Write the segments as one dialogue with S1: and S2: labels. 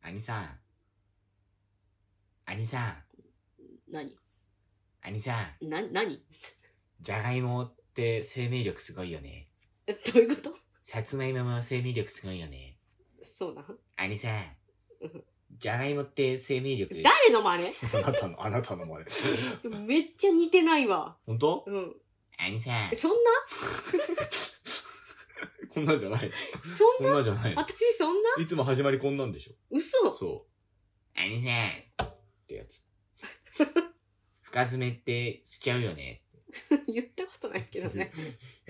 S1: 兄さん。兄さん。
S2: 何
S1: 兄さん。
S2: な、何
S1: じゃがいもって生命力すごいよね。
S2: え、どういうこと
S1: さつまいもも生命力すごいよね。
S2: そうなん
S1: 兄さん
S2: うん。
S1: じゃがいもって生命力。
S2: 誰の真
S1: あなたの、あなたのまれ。
S2: 似めっちゃ似てないわ。
S1: 本当
S2: うん。
S1: 兄さん
S2: え。そんな
S1: こんなんじゃない。
S2: そん
S1: こんなんじゃない
S2: な。私そんない
S1: つも始まりこんなんでしょ。
S2: 嘘
S1: そう。兄さん。ってやつ。 深爪ってしちゃうよね。
S2: 言ったことないけどね。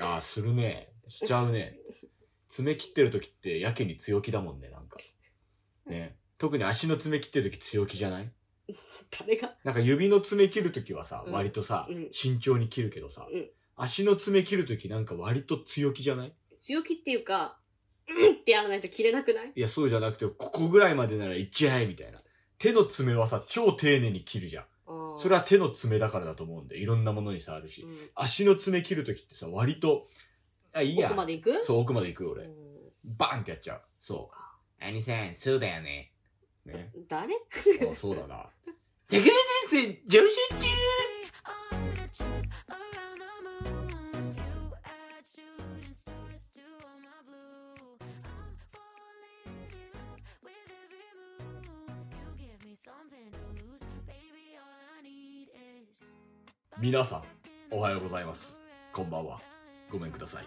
S1: ああ、するね。しちゃうね。爪切ってる時ってやけに強気だもんね、なんか。ね。特に足の爪切ってる時強気じゃない
S2: 誰が
S1: なんか指の爪切る時はさ、
S2: うん
S1: 割とさ、
S2: うん
S1: 慎重に切るけどさ、
S2: うん
S1: 足の爪切る時なんか割と強気じゃない
S2: 強気っていうか、うんってやらないと切れなくない
S1: いや、そうじゃなくて、ここぐらいまでならいっちゃえみたいな。手の爪はさ、超丁寧に切るじゃん。それ
S2: は、
S1: は手の爪だからだと思うんで、いろんなものにさ、あるし。
S2: うん
S1: 足の爪切る時ってさ、割と、あ、いいや
S2: 奥。まで行く
S1: そう、奥まで行くよ、
S2: う
S1: 俺。
S2: ん
S1: バンってやっちゃう。そう。兄さん、そうだよね。ね。
S2: 誰
S1: あ、そうだな。 テクノ先生、上昇中
S3: 皆さん
S1: Oh,
S3: おはようございますこんばんはごめんください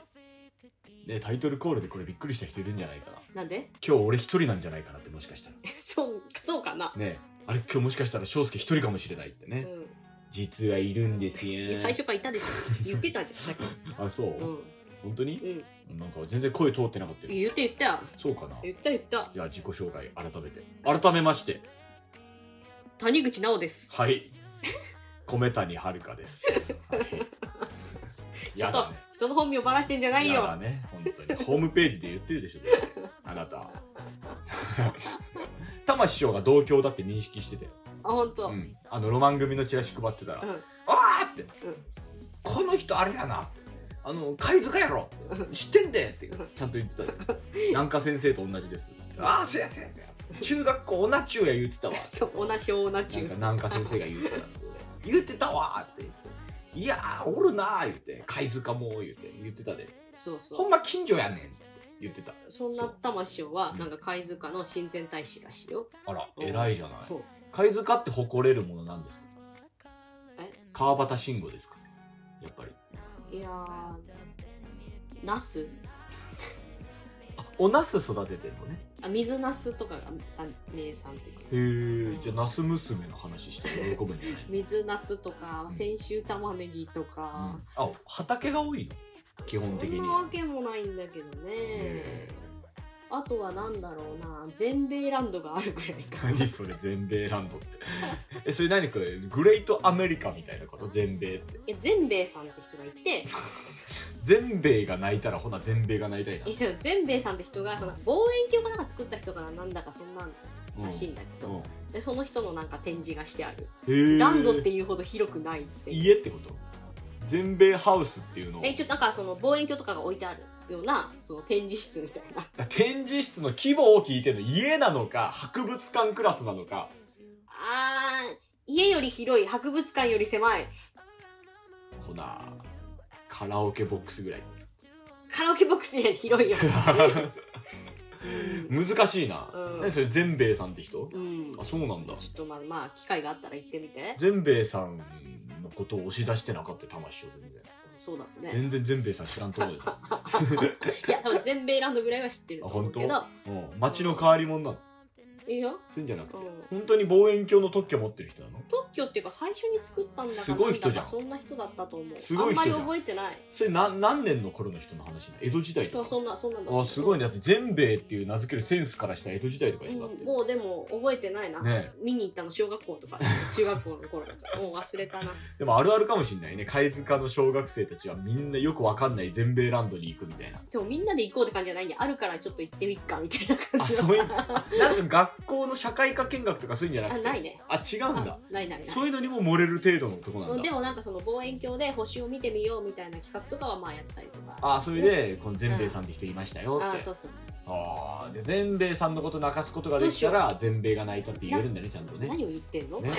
S1: ね、タイトルコールでこれびっくりした人いるんじゃないかな。
S2: なんで
S1: 今日俺一人なんじゃないかなってもしかしたら。
S2: そう、そうかな。
S1: ねあれ今日もしかしたら翔介一人かもしれないってね。
S2: う
S1: 実はいるんです
S2: んいや
S1: よ。
S2: 最初からいたでしょ。言ってたじゃんさっ
S1: あ、 そう、
S2: き。うん。
S1: 本当に
S2: うん。
S1: なんか全然声通ってなかったよ。
S2: 言って言った。
S1: そうかな
S2: 言った言った。
S1: じゃあ自己紹介改めて。改めまして。
S2: 谷口奈緒です。
S1: はい。米谷遥です。はい。
S2: ちょ
S1: や
S2: っと
S1: だね。、
S2: 人の本名ばらしてんじゃない
S1: や
S2: よ
S1: だ。ね。本当に。ホームページで言ってるでしょ、どうせあな た。玉師匠が同郷だって認識してて。
S2: あ、ほんと。
S1: う
S2: うん。
S1: ん、あのロマン組のチラシ配ってたら「わ、あ!」って、
S2: うん
S1: この人あれやな」って「あの貝塚やろ!」って「知ってんで!」ってちゃんと言ってたじゃん南下先生と同じです」ああせやせやせや中学校オナチュウや言ってたわ」
S2: そう、同じ同
S1: なん
S2: じ
S1: か。南下先生が言ってたんですよね言ってたわ!」って「いやーおるなー」言って「貝塚も」言って言ってたで
S2: そう
S1: 「
S2: そ
S1: ほ
S2: う。
S1: んま近所やねん」って言ってた
S2: そんな魂は、なんか貝塚の親善大使らしいよ。
S1: あら偉いじゃない
S2: そう。
S1: 貝塚って誇れるものなんですか
S2: え
S1: 川端慎吾ですかやっぱり
S2: いやー、ナス
S1: あおナス育ててるのね
S2: あ、水ナスとかがさ名産っていうか。
S1: へえじゃあナス娘の話して喜ぶん じゃない、
S2: 水ナスとか、先週玉ねぎと
S1: うん
S2: か。
S1: あ畑が多いの基本的に
S2: そんなわけもないんだけどね
S1: へ。
S2: あとはなんだろうな、全米ランドがあるぐらいか。
S1: 何それ全米ランドって えそれ何これグレートアメリカみたいなこと全米って
S2: え、全米さんって人がいて、
S1: 全米が泣いたらほな全米が泣いたいな
S2: え、そう、全米さんって人が、その望遠鏡かなんか作った人かな、なんだかそんなん
S1: うん
S2: らしいんだけ
S1: う
S2: ど、で、その人のなんか展示がしてある。
S1: んへえ
S2: ランドっていうほど広くないっていう。
S1: 家ってこと全米ハウスっていうのを
S2: え、ちょっとなんかその望遠鏡とかが置いてあるような、その展示室みたいな。
S1: 展示室の規模を聞いてるの家なのか博物館クラスなのか
S2: あー、家より広い、博物館より狭い。
S1: ほなカラオケボックスぐらい
S2: カラオケボックスより広いよ。うん
S1: 難しいな、
S2: うん
S1: 何それ全兵衛さんって人、
S2: うん
S1: あ。そうなんだ
S2: ちょっとまあ、まあ、機会があったら行ってみて。
S1: 全兵衛さんのことを押し出してなかったよ魂を全然
S2: そうだろうね。
S1: 全然全兵衛さん知らんと思う よ
S2: いや、多分全米ランドぐらいは知ってると
S1: あ
S2: 思
S1: 本
S2: う
S1: 当
S2: けど、
S1: うん街の変わり者なの
S2: いいよ。
S1: そういうんじゃなくて
S2: うん
S1: 本当に望遠鏡の特許持ってる人なの
S2: 特許っていうか最初に作ったんだか
S1: すごい人じゃん
S2: なんだかそんな人だったと思う。
S1: すごい人じゃん
S2: あんまり覚えてない。
S1: それな何年の頃の人の話なの江戸時代
S2: そ
S1: と
S2: う
S1: か
S2: そんな、そんなんだ
S1: あすごいねだって全兵衛っていう名付けるセンスからしたら江戸時代とか
S2: う
S1: 人だっ
S2: ん
S1: て、
S2: もうでも覚えてないな、
S1: ね
S2: 見に行ったの小学校 とか中学校の頃もう忘れたな
S1: でもあるあるかもしんないね貝塚の小学生たちはみんなよくわかんない全米ランドに行くみ たいな
S2: でもみんなで行こうって感じじゃないんであるからちょっと行ってみっかみたいな感
S1: あ
S2: じが
S1: そういうなんか学校の社会科見学とかそういうんじゃなく
S2: あ
S1: て
S2: ないね
S1: あ違うんだ
S2: あないないいな
S1: そういうのにも漏れる程度の男なんだ
S2: でもなんかその望遠鏡で星を見てみようみたいな企画とかはまあやってたりとか
S1: ああそれでこの全米さんって人いましたよって、
S2: あそうそうそうそう
S1: ああで全米さんのこと泣かすことができたら全米が泣いたって言えるんだねちゃんとね
S2: 何を言ってんの、
S1: ね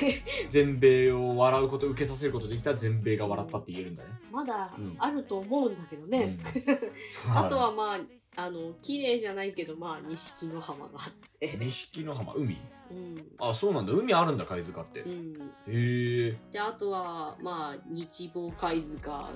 S1: 全米を笑うこと受けさせることできたら全米が笑ったって言えるんだね、
S2: まだ
S1: うん
S2: あると思うんだけどね、
S1: うん
S2: あとはまああの綺麗じゃないけどまあ錦の浜があって
S1: 錦の浜海
S2: うん、
S1: あそうなんだ海あるんだ貝塚って、
S2: う
S1: へ
S2: ん、
S1: え
S2: であとはまあ日望貝塚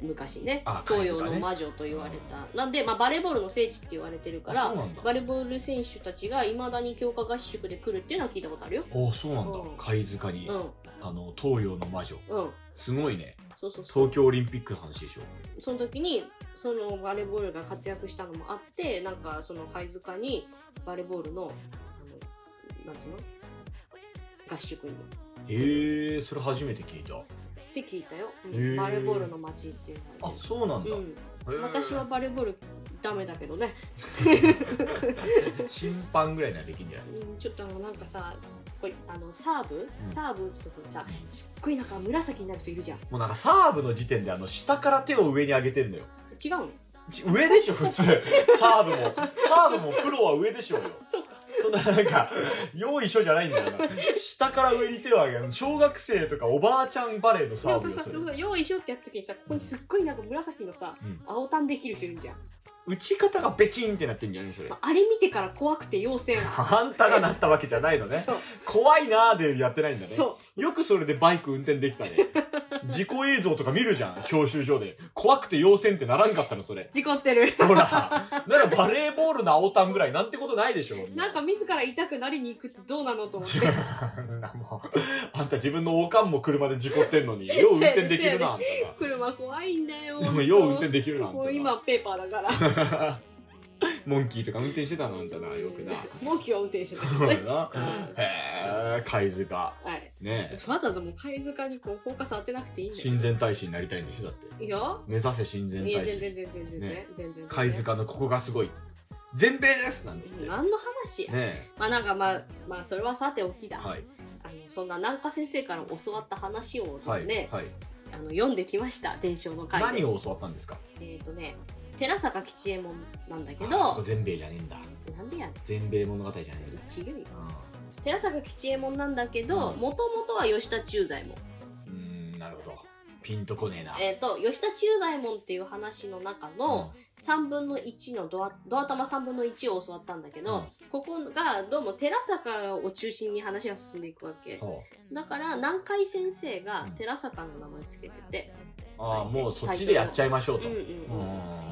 S2: 昔ね
S1: あ
S2: 東洋
S1: 貝塚
S2: の
S1: ね
S2: 魔女と言われた、なんで、まあ、バレーボールの聖地って言われてるか
S1: あ
S2: ら
S1: そうなんだ
S2: バレーボール選手たちがいまだに強化合宿で来るっていうのは聞いたことあるよ
S1: あそうなんだ
S2: うん
S1: 貝塚に、
S2: うん
S1: あの東洋の魔女
S2: うん
S1: すごいね
S2: そうそうそう
S1: 東京オリンピックの話でしょ
S2: その時にそのバレーボールが活躍したのもあってなんかその貝塚にバレーボールのあのなんていうの合宿に
S1: へえそれ初めて聞いた
S2: って聞いたよ、うん
S1: へー
S2: バレーボールの街っていうの
S1: あ
S2: は
S1: そうなんだ、
S2: う
S1: へ
S2: ん、
S1: え
S2: 私はバレーボールダメだけどね、
S1: 審判ぐらいならできんじゃない
S2: うん、ちょっとあのなんかさこれあのサーブ、
S1: うん
S2: サーブ打つ時にさすっごいなんか紫になる人いるじゃん
S1: もうなんかサーブの時点であの下から手を上に上げてんのよ
S2: 違うの
S1: ち上でしょ普通サーブもサーブもプロは上でしょうよ
S2: そうか
S1: そんななんか用意書じゃないんだよな下から上に手を上げる小学生とかおばあちゃんバレーの
S2: で
S1: サ
S2: も
S1: ーブよ
S2: ささ
S1: そ
S2: で
S1: れ
S2: もさ用意しようってやった時にさここにすっごいなんか紫のさ、
S1: うん
S2: 青タンできる人いるじゃん
S1: 打ち方がベチンってなってんじゃないそれ
S2: まああれ見てから怖くて妖精
S1: あんたがなったわけじゃない のね
S2: そう
S1: 怖いなーでやってないんだね
S2: そ
S1: よくそれでバイク運転できたね 事故映像とか見るじゃん教習所で怖くて要線ってならんかったのそれ
S2: う事故ってる
S1: ほらならバレーボールの青タンぐらいなんてことないでしょ
S2: なんか自ら痛くなりに行くってどうなのと思っ
S1: じ
S2: て
S1: ゃあもうあんた自分のおかんも車で事故ってんのによう運転できるなあん
S2: 車怖いんだよ
S1: たな よう運転できるなあん
S2: もう
S1: たな
S2: 今ペーパーだから
S1: モンキーとか運転してたのあんたなよくな
S2: もう気を運転してた
S1: そうだな
S2: うん
S1: へえ貝塚
S2: はい
S1: ねえ
S2: わざわざもう貝塚にこうフォーカス当てなくていいんだよ
S1: 親善大使になりたいんでしょだって
S2: いいよ
S1: 目指せ親善
S2: いや
S1: 大
S2: 全然
S1: 使
S2: 全然全然
S1: ね
S2: 全然全然
S1: 貝塚のここがすごい全米ですなんつってね
S2: 何の話や、
S1: え
S2: まあなんかまあまあそれはさておきだ、
S1: はい
S2: あのそんな南下先生から教わった話をで
S1: は
S2: す
S1: い、
S2: ね、
S1: はい、
S2: あの読んできました伝承の会で
S1: 何を教わったんですか
S2: えっ、とね寺坂吉右衛門なんだけ
S1: あそこ
S2: ど
S1: 全米じゃねえんだ
S2: なんでやねん
S1: 全米物語じゃねえ
S2: 違うよ
S1: あ
S2: 寺坂吉右衛門なんだけど
S1: うん
S2: もともとは吉田忠左衛門
S1: ーうーんなるほどピンとこねえな
S2: えっ、と吉田忠左衛門っていう話の中の3分の1のドアドア玉3分の1を教わったんだけど、ここがどうも寺坂を中心に話が進んでいくわけ
S1: うんは
S2: だから南海先生が
S1: うん
S2: 寺坂の名前つけてて、
S1: ああーもうそっちでやっちゃいましょう
S2: う
S1: と
S2: ん
S1: う
S2: うんんう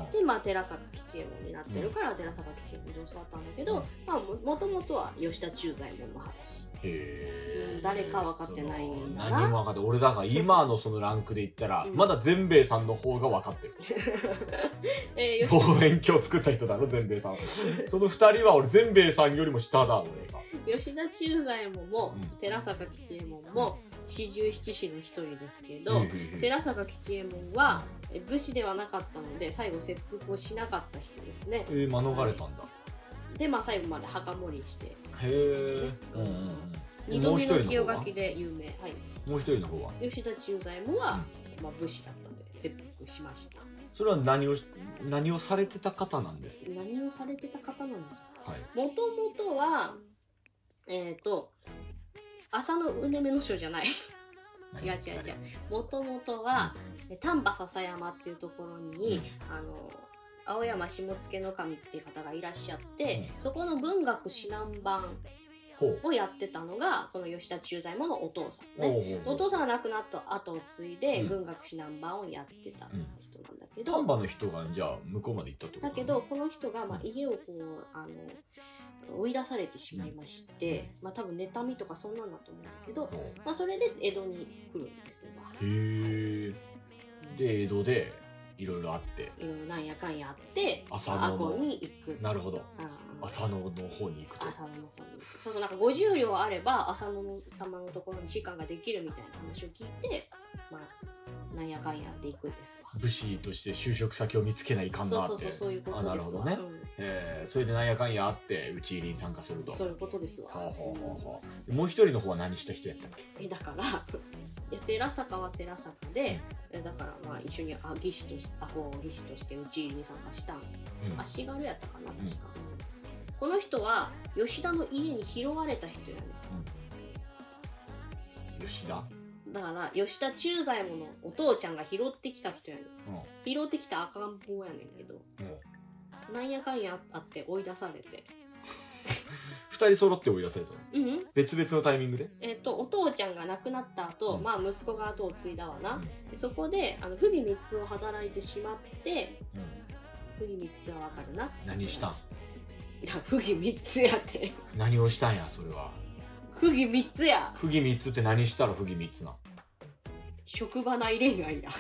S2: んでまあ寺坂吉右衛門になってるから、寺坂吉右衛門で教わったんだけど、
S1: うん
S2: まあももともとは吉田忠左衛門の話
S1: へえ
S2: うん誰か分かってないんだな
S1: 何も分かって俺だから今のそのランクで言ったら
S2: うん
S1: まだ全米さんの方が分かってる
S2: えー、吉
S1: 望遠鏡作った人だろ全米さ んその二人は俺全米さんよりも下だ俺が
S2: 吉田忠左衛門も
S1: うん
S2: 寺坂吉右衛門も四十七士の一人ですけど、
S1: うんうんうん
S2: 寺坂吉右衛門はえ武士ではなかったので最後切腹をしなかった人ですね
S1: えー、免れたんだ
S2: でまあ最後まで墓守りして
S1: へえうんうんうん
S2: 二度目の清
S1: もう
S2: 垣
S1: 一
S2: で有名、はい、
S1: もう一人の方は
S2: 吉田忠左衛門は、まあ、武士だったので切腹しました
S1: それは何をし何をされてた方なんですけど
S2: 何をされてた方なんですか
S1: はい
S2: もともとはえっ、と浅野うねめの書じゃない 違う違う違うもともとはえ丹波篠山っていうところに、あの青山下野守っていう方がいらっしゃって、そこの文学指南版
S1: ほう
S2: をやってたのがこの吉田忠左衛門のお父さん
S1: ほう
S2: ね
S1: ほうほ
S2: お
S1: う
S2: 父さんが亡くなった後を継いで
S1: うん
S2: 文学指南版をやってた人なんだけど、
S1: 丹波の人がじゃあ向こうまで行ったってこと
S2: だけどこの人がまあ家をこうあの追い出されてしまいまして、まあ、多分妬みとかそんなんだと思うんだけど、
S1: ほう
S2: まあ、それで江戸に来るんですよ。
S1: へえで江戸でいろいろあって
S2: いろいろなんやかんやあって
S1: 浅
S2: 阿
S1: 野
S2: 古
S1: の
S2: に行く。
S1: なるほど
S2: ああ
S1: 浅野の方に行くと
S2: 浅野の方にそうそうなんか50両あれば浅野様のところに士官ができるみたいな話を聞いて、まあ、なんやかんやっていくんですわ。
S1: 武士として就職先を見つけないかん
S2: そう
S1: な
S2: そう
S1: っ
S2: そう
S1: て
S2: そういうことですわ。
S1: あなる
S2: う
S1: ほ
S2: ん
S1: えーそれでなんやかんやあって討ち入りに参加すると
S2: そういうことですわ。
S1: ほうほうほうほうもう一人の方は何した人やったっけ
S2: えだから いや寺坂は寺坂でえだからまあ一緒にあ技師としあこう技師としてうちに参加したん
S1: うん
S2: 足軽やったかな確
S1: ん
S2: か、この人は吉田の家に拾われた人やね
S1: 吉田
S2: だから吉田忠左衛門のお父ちゃんが拾ってきた人やね、ん、拾ってきた赤ん坊やねんけど、なんやかんやあって追い出されて
S1: 二人揃って追い出されたの
S2: ううん
S1: 別々のタイミングで
S2: えっとお父ちゃんが亡くなった後、
S1: うん
S2: まあ息子が後を継いだわな、
S1: うん
S2: でそこであの不義三つを働いてしまって、
S1: うん
S2: 不義三つはわかるな
S1: 何したん
S2: いや 不義三つやって
S1: 何をしたんやそれは
S2: 不義三つや
S1: 不義三つって何したら不義三つなん
S2: 職場内 恋愛や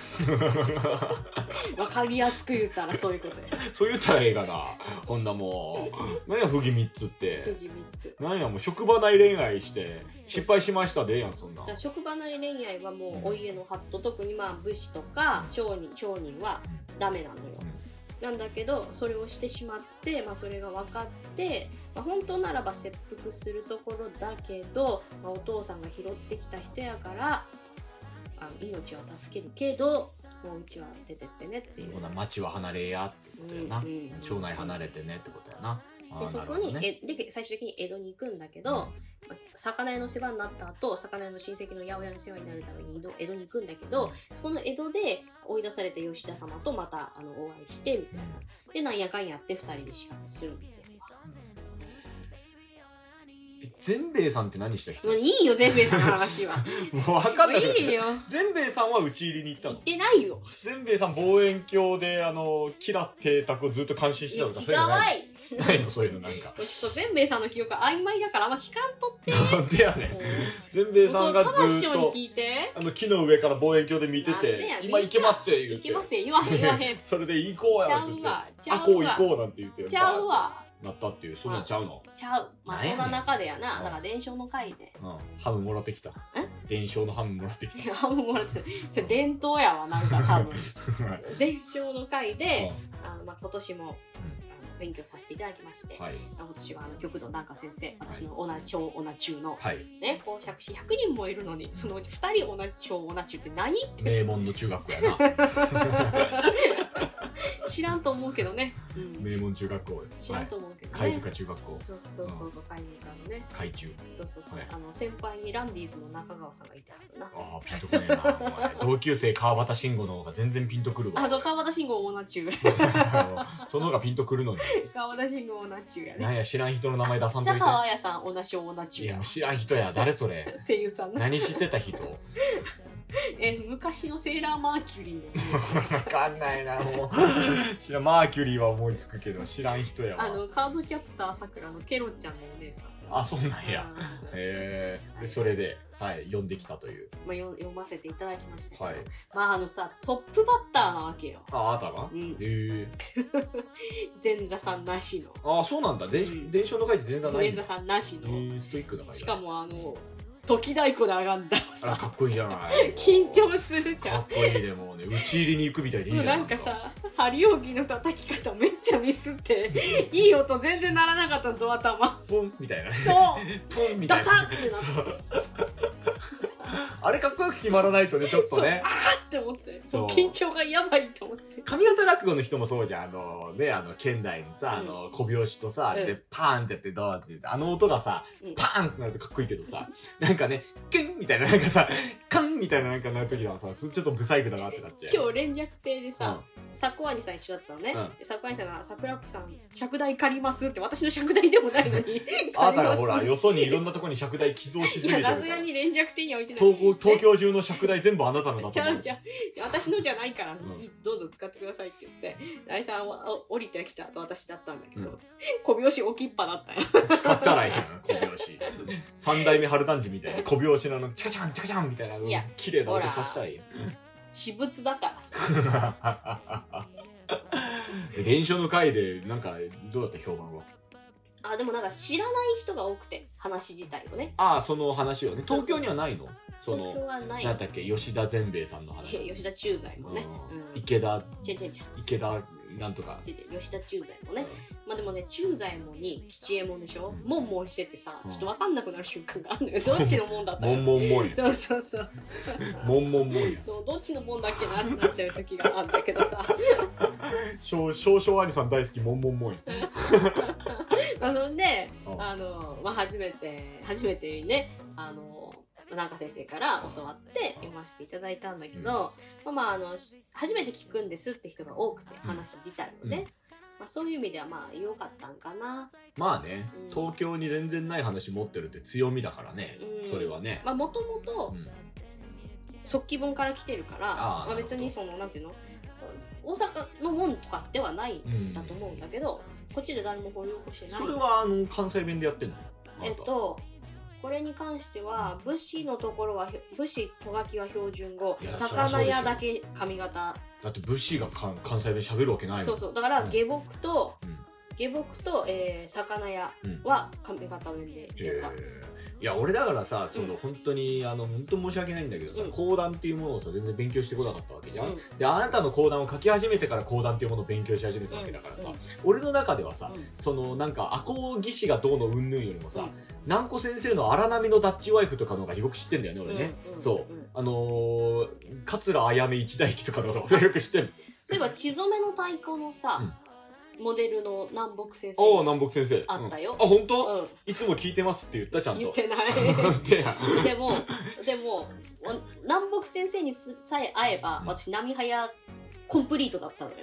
S2: わかりやすく言ったらそういうことや
S1: そう言ったら映画がほんなもう何や不義三つっ
S2: 不
S1: て
S2: 義三つ
S1: 何やもう職場内恋愛して失敗しましたでええやんそんな
S2: だから職場内恋愛はもうお家のハット特にまあ武士とか商人商人はダメなのよ、なんだけどそれをしてしまって、まあ、それが分かって、まあ、本当ならば切腹するところだけど、まあ、お父さんが拾ってきた人やからあの命は助けるけどもううちは出てってねっていう
S1: ほ。な町は離れやってことやな、
S2: うんうん
S1: 町内離れてねってことやなあ
S2: で
S1: ー
S2: そ
S1: なる
S2: こ
S1: ほど
S2: に、
S1: ね
S2: えで最終的に江戸に行くんだけど、まあ魚屋の世話になった後魚屋の親戚の八百屋の世話になるために江戸江戸に行くんだけど、そこの江戸で追い出された吉田様とまたあのお会いしてみたいなでなんやかんやって2人で仕掛けするんですよ
S1: え全兵衛さんって何した人
S2: もういいよ全米さんの 話は
S1: もう分かん
S2: もう
S1: ないけど
S2: いいよ
S1: 全兵衛さんは討ち入りに行った
S2: 言
S1: の
S2: ってないよ
S1: 全兵衛さん望遠鏡であのキラ邸宅をずっと監視し
S2: い
S1: て
S2: や
S1: た
S2: 違
S1: と
S2: う
S1: かそういうの
S2: わ
S1: ないのない
S2: い
S1: のそういうのなんか
S2: ちょっと全米さんの記憶曖昧だからあんま聞かんとって
S1: なんでやねん全兵衛さんが
S2: かまし
S1: ずっ
S2: に
S1: と
S2: 聞いて
S1: あの木の上から望遠鏡で見て
S2: なんで
S1: て
S2: や
S1: 「今行けますよ」言
S2: いう
S1: て
S2: けません言わへん言わ へんち
S1: それで「行こうや」
S2: ゃ
S1: っ
S2: う
S1: て言っ
S2: わ
S1: て「
S2: ち
S1: あ
S2: ゃ
S1: こ
S2: う
S1: う行
S2: わ
S1: こう」なんて言って
S2: ちゃうわ
S1: なったっていうそんなんちゃうの
S2: ちゃうまあ
S1: なんや
S2: そ
S1: ね
S2: ん
S1: ん
S2: な中でやな
S1: うん
S2: だから伝承の会で
S1: うんハムもらってきた
S2: え
S1: 伝承のハムもらってき
S2: いやもうもらってそれ伝統やわなん か多分
S1: たはい
S2: 伝承の会で
S1: う
S2: あの、まあ、今年もあの勉強させていただきまして、
S1: んはい
S2: 今年はあの極道南下先生私のオナチョウオナ中の
S1: はい
S2: ね講釈師100人もいるのにそのうち2人オナチョウオナ中って何
S1: 名門の中学校や な
S2: 知らんと思うけどね、うん、
S1: 名門中学校
S2: 知らんと思うけどね、
S1: 貝塚中学校
S2: そうそうそうそう貝塚のね
S1: 海中
S2: そうそうそう、
S1: はい
S2: あの先輩にランディーズの中川さんがいたはずな
S1: ああピンとこねえな お前同級生川端慎吾の方が全然ピンとくるわ
S2: あそう川端慎吾オナ中
S1: その方がピンとくるのに
S2: 川端慎吾オナ中やね
S1: なんや知らん人の名前出さんと
S2: 久
S1: い
S2: 川綾さんオナショウオナ
S1: て
S2: 中
S1: い
S2: や
S1: や知らん人や誰それ
S2: 声優さんな
S1: 何してた人
S2: え昔のセーラーマーキュリーのお姉さん
S1: わかんないなもう知らんマーキュリーは思いつくけど知らん人やわ
S2: あのカードキャプターさくらのケロちゃんのお姉さん
S1: あそうなんや
S2: あー
S1: へえでそれではい読んできたという
S2: まあ、よ読ませていただきましたけど、
S1: はい
S2: まああのさトップバッターなわけよ
S1: ああなたが
S2: うん
S1: へえ
S2: 前座さんなし
S1: ああそうなんだ伝
S2: うん
S1: 伝承の会って全然
S2: の
S1: ない
S2: 前
S1: ん
S2: 座
S1: だ
S2: さんなしの、
S1: へえストイックだから
S2: しかもあの時太鼓で上がんだ
S1: あら
S2: さ
S1: かっこいいじゃない
S2: 緊張するじゃ
S1: か
S2: ん
S1: っこいいでもう ね打ち入りに行くみたいでいい
S2: も
S1: じ
S2: う
S1: ゃな
S2: ないん
S1: で
S2: か
S1: すか
S2: さ針扇の叩き方めっちゃミスっていい音全然鳴らなかったのドア玉
S1: ポンみたいな
S2: そう
S1: ポン み
S2: ダ
S1: たいな
S2: サッってなっ
S1: あれかっこよく決まらないとねちょっとね
S2: て思って
S1: そう
S2: 緊張がやばいと思って
S1: 上方落語の人もそうじゃんあのねあの剣台のさ、
S2: うん
S1: あの小拍子とさあれ
S2: う
S1: でパーンってやってドーンってあの音がさ
S2: うん
S1: パーンってなるとかっこいいけどさなんかねキュンみたいななんかさカンみたいななんかなる時はさちょっとブサイクだなってなっちゃう
S2: 今日連弱亭で
S1: うん
S2: さ、サコアニさん一緒だったのね、
S1: うん
S2: でサコアニさんが「桜子さん尺台借ります」って私の尺台でもないのに借ります
S1: あなたがほらよそにいろんなとこに尺台寄贈しす
S2: い
S1: ぎて
S2: や
S1: るから
S2: さすがに連弱手には置いてない
S1: 東京東京中の尺台全部あなたのだ
S2: ち
S1: と
S2: ゃ
S1: 思
S2: う
S1: う
S2: ちゃう私のじゃないから、
S1: ん
S2: どうぞ使ってくださいって言って大さんはお降りてきた後私だったんだけど、
S1: うん
S2: 小拍子置きっぱだったよ
S1: 使ったらいいやん小拍子三代目春団治みたいな小拍子のあのチカチャンチカチャンみたいない
S2: や
S1: 綺麗な音さしたらいいやん
S2: 私物だからさ
S1: 伝承の回でなんかどうだった評判は
S2: あでもなんか知らない人が多くて話自体をね
S1: ああその話をね東京にはないのそ
S2: 東京
S1: の
S2: はない
S1: なんだっけ吉田善兵衛さんの話
S2: いや吉田忠左衛門ね
S1: うん
S2: うん
S1: 池田
S2: ちぇちぇち
S1: 池田なんとか
S2: ぇちぇ吉田忠左衛門ねまあでもね忠左衛門に吉右衛門でしょ
S1: うん
S2: もんもんしててさ
S1: うん
S2: ちょっと分かんなくなる瞬間があ るのよどっちのもんだった
S1: も
S2: か
S1: んもんもんや
S2: そうそうそう
S1: もんもんもんや
S2: そうどっちのもんだっけなってなっちゃう時があるんだけど さ
S4: 少少々兄さん大好きモンモンモンや
S2: まあそんで
S4: うん
S2: あの、まあ、初めて初めてねあのなんか先生から教わって読ませていただいたんだけど、まあまああのし初めて聞くんですって人が多くて
S1: うん
S2: 話自体もね、
S1: うん
S2: まあ、そういう意味ではまあ良かったんかな、
S1: まあね
S2: うん
S1: 東京に全然ない話持ってるって強みだからね
S2: うん
S1: それはね
S2: まあもとも
S1: う
S2: と
S1: ん
S2: 速記本から来てるから
S1: あー
S2: まあ、別にそのなんていうの大阪の門とかではないんだと思うんだけど、こっちで誰も掘り起こしてない
S1: それはあの関西弁でやってんの
S2: えっとこれに関しては武士のところはひょ武士と書きは標準語
S1: いやそりゃそう
S2: 魚
S1: でしょ
S2: 屋だけ髪型
S1: だって武士が関関西弁喋るわけない
S2: そ
S1: も
S2: うんそうだから
S1: うん
S2: 下僕と、
S1: うん
S2: 下僕と、えー魚屋
S1: うん
S2: は髪型を入れて
S1: へ
S2: た、
S1: ーいや俺だからさその、
S2: うん
S1: 本当にあの本当申し訳ないんだけどさ、
S2: うん
S1: 講談っていうものをさ全然勉強してこなかったわけじゃん、
S2: うん
S1: であなたの講談を書き始めてから講談っていうものを勉強し始めたわけだからさ、
S2: うん
S1: 俺の中ではさ、
S2: うん
S1: そのなんか赤穂義士がどうの云々よりも
S2: う
S1: さ
S2: ん
S1: 南子、先生の荒波のダッチワイフとかの方がよく知ってんだよね俺ね、
S2: うん
S1: そう、
S2: ん
S1: あのー、桂あやめ一代記とかの方が俺よく知ってる
S2: そういえば血染めの太鼓のさ、モデルの南北
S1: あ
S2: 先
S1: あ
S2: 生
S1: 南北先生
S2: あったよ
S1: うんあ本当、
S2: うん
S1: いつも聞いてますって言ったちゃんと
S2: 言ってない
S1: てや
S2: でもでもお南北先生にすさえ会えば
S1: うん
S2: 私波早コンプリートだったのよ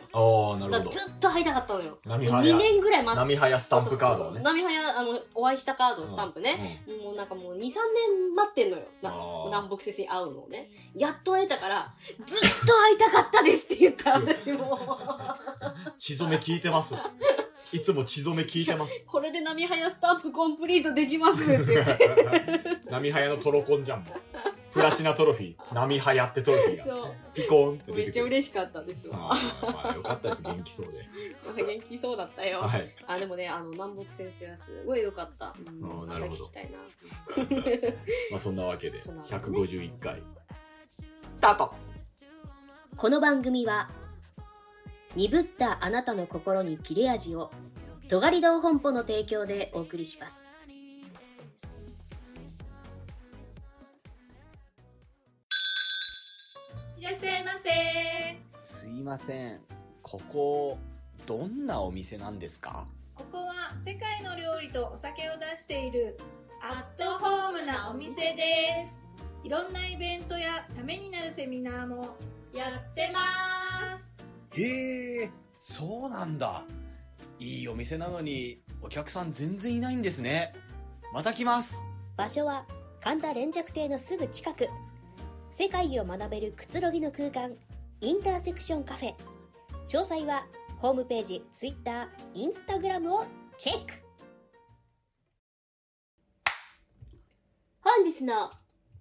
S1: ああなる
S2: だか
S1: ほ
S2: ら
S1: ど
S2: ずっと会いたかったのよ
S1: 波
S2: 2年ぐらい待って
S1: 波早スタンプカードをね
S2: 波早あのお会いしたカードスタンプね、
S1: ね
S2: もうなんかもう23年待ってんのよな
S1: あー
S2: 南北先生に会うのをねやっと会えたからずっと会いたかったですって言った私 も
S1: 血染め聞いて ますいつも血染め聞いてます
S2: これで波早スタンプコンプリートできます って言って
S4: 波早のトロコンじゃんもうプラチナトロフィー波早ってトロフィーが
S2: そ
S4: ピコーンって
S2: う
S4: 出
S2: め
S4: て
S2: っ
S4: く
S2: ちゃ
S4: る
S2: 嬉しかったですわ
S1: あーまあよかったです元気そうで
S2: 元気 そうだったよ、
S1: はい
S2: あでもねあの南北先生はすごい良かった、うん
S1: あー
S2: ま
S1: な
S2: た
S1: るほど
S2: 聞きたいな
S1: まあそんなわけで
S2: そんなわけね
S1: 151回
S2: この番組は鈍ったあなたの心に切れ味を尖り堂本舗の提供でお送りします
S5: いらっしゃいませ
S6: すいません。ここ、どんなお店なんですか
S5: ここは世界の料理とお酒を出しているアットホームなお店ですいろんなイベントやためになるセミナーもやってます
S6: へえ、そうなんだ。いいお店なのに、お客さん全然いないんですね。また来ます。
S7: 場所は神田連雀亭のすぐ近く世界を学べるくつろぎの空間インターセクションカフェ詳細はホームページ TwitterInstagram をチェック
S2: 本日の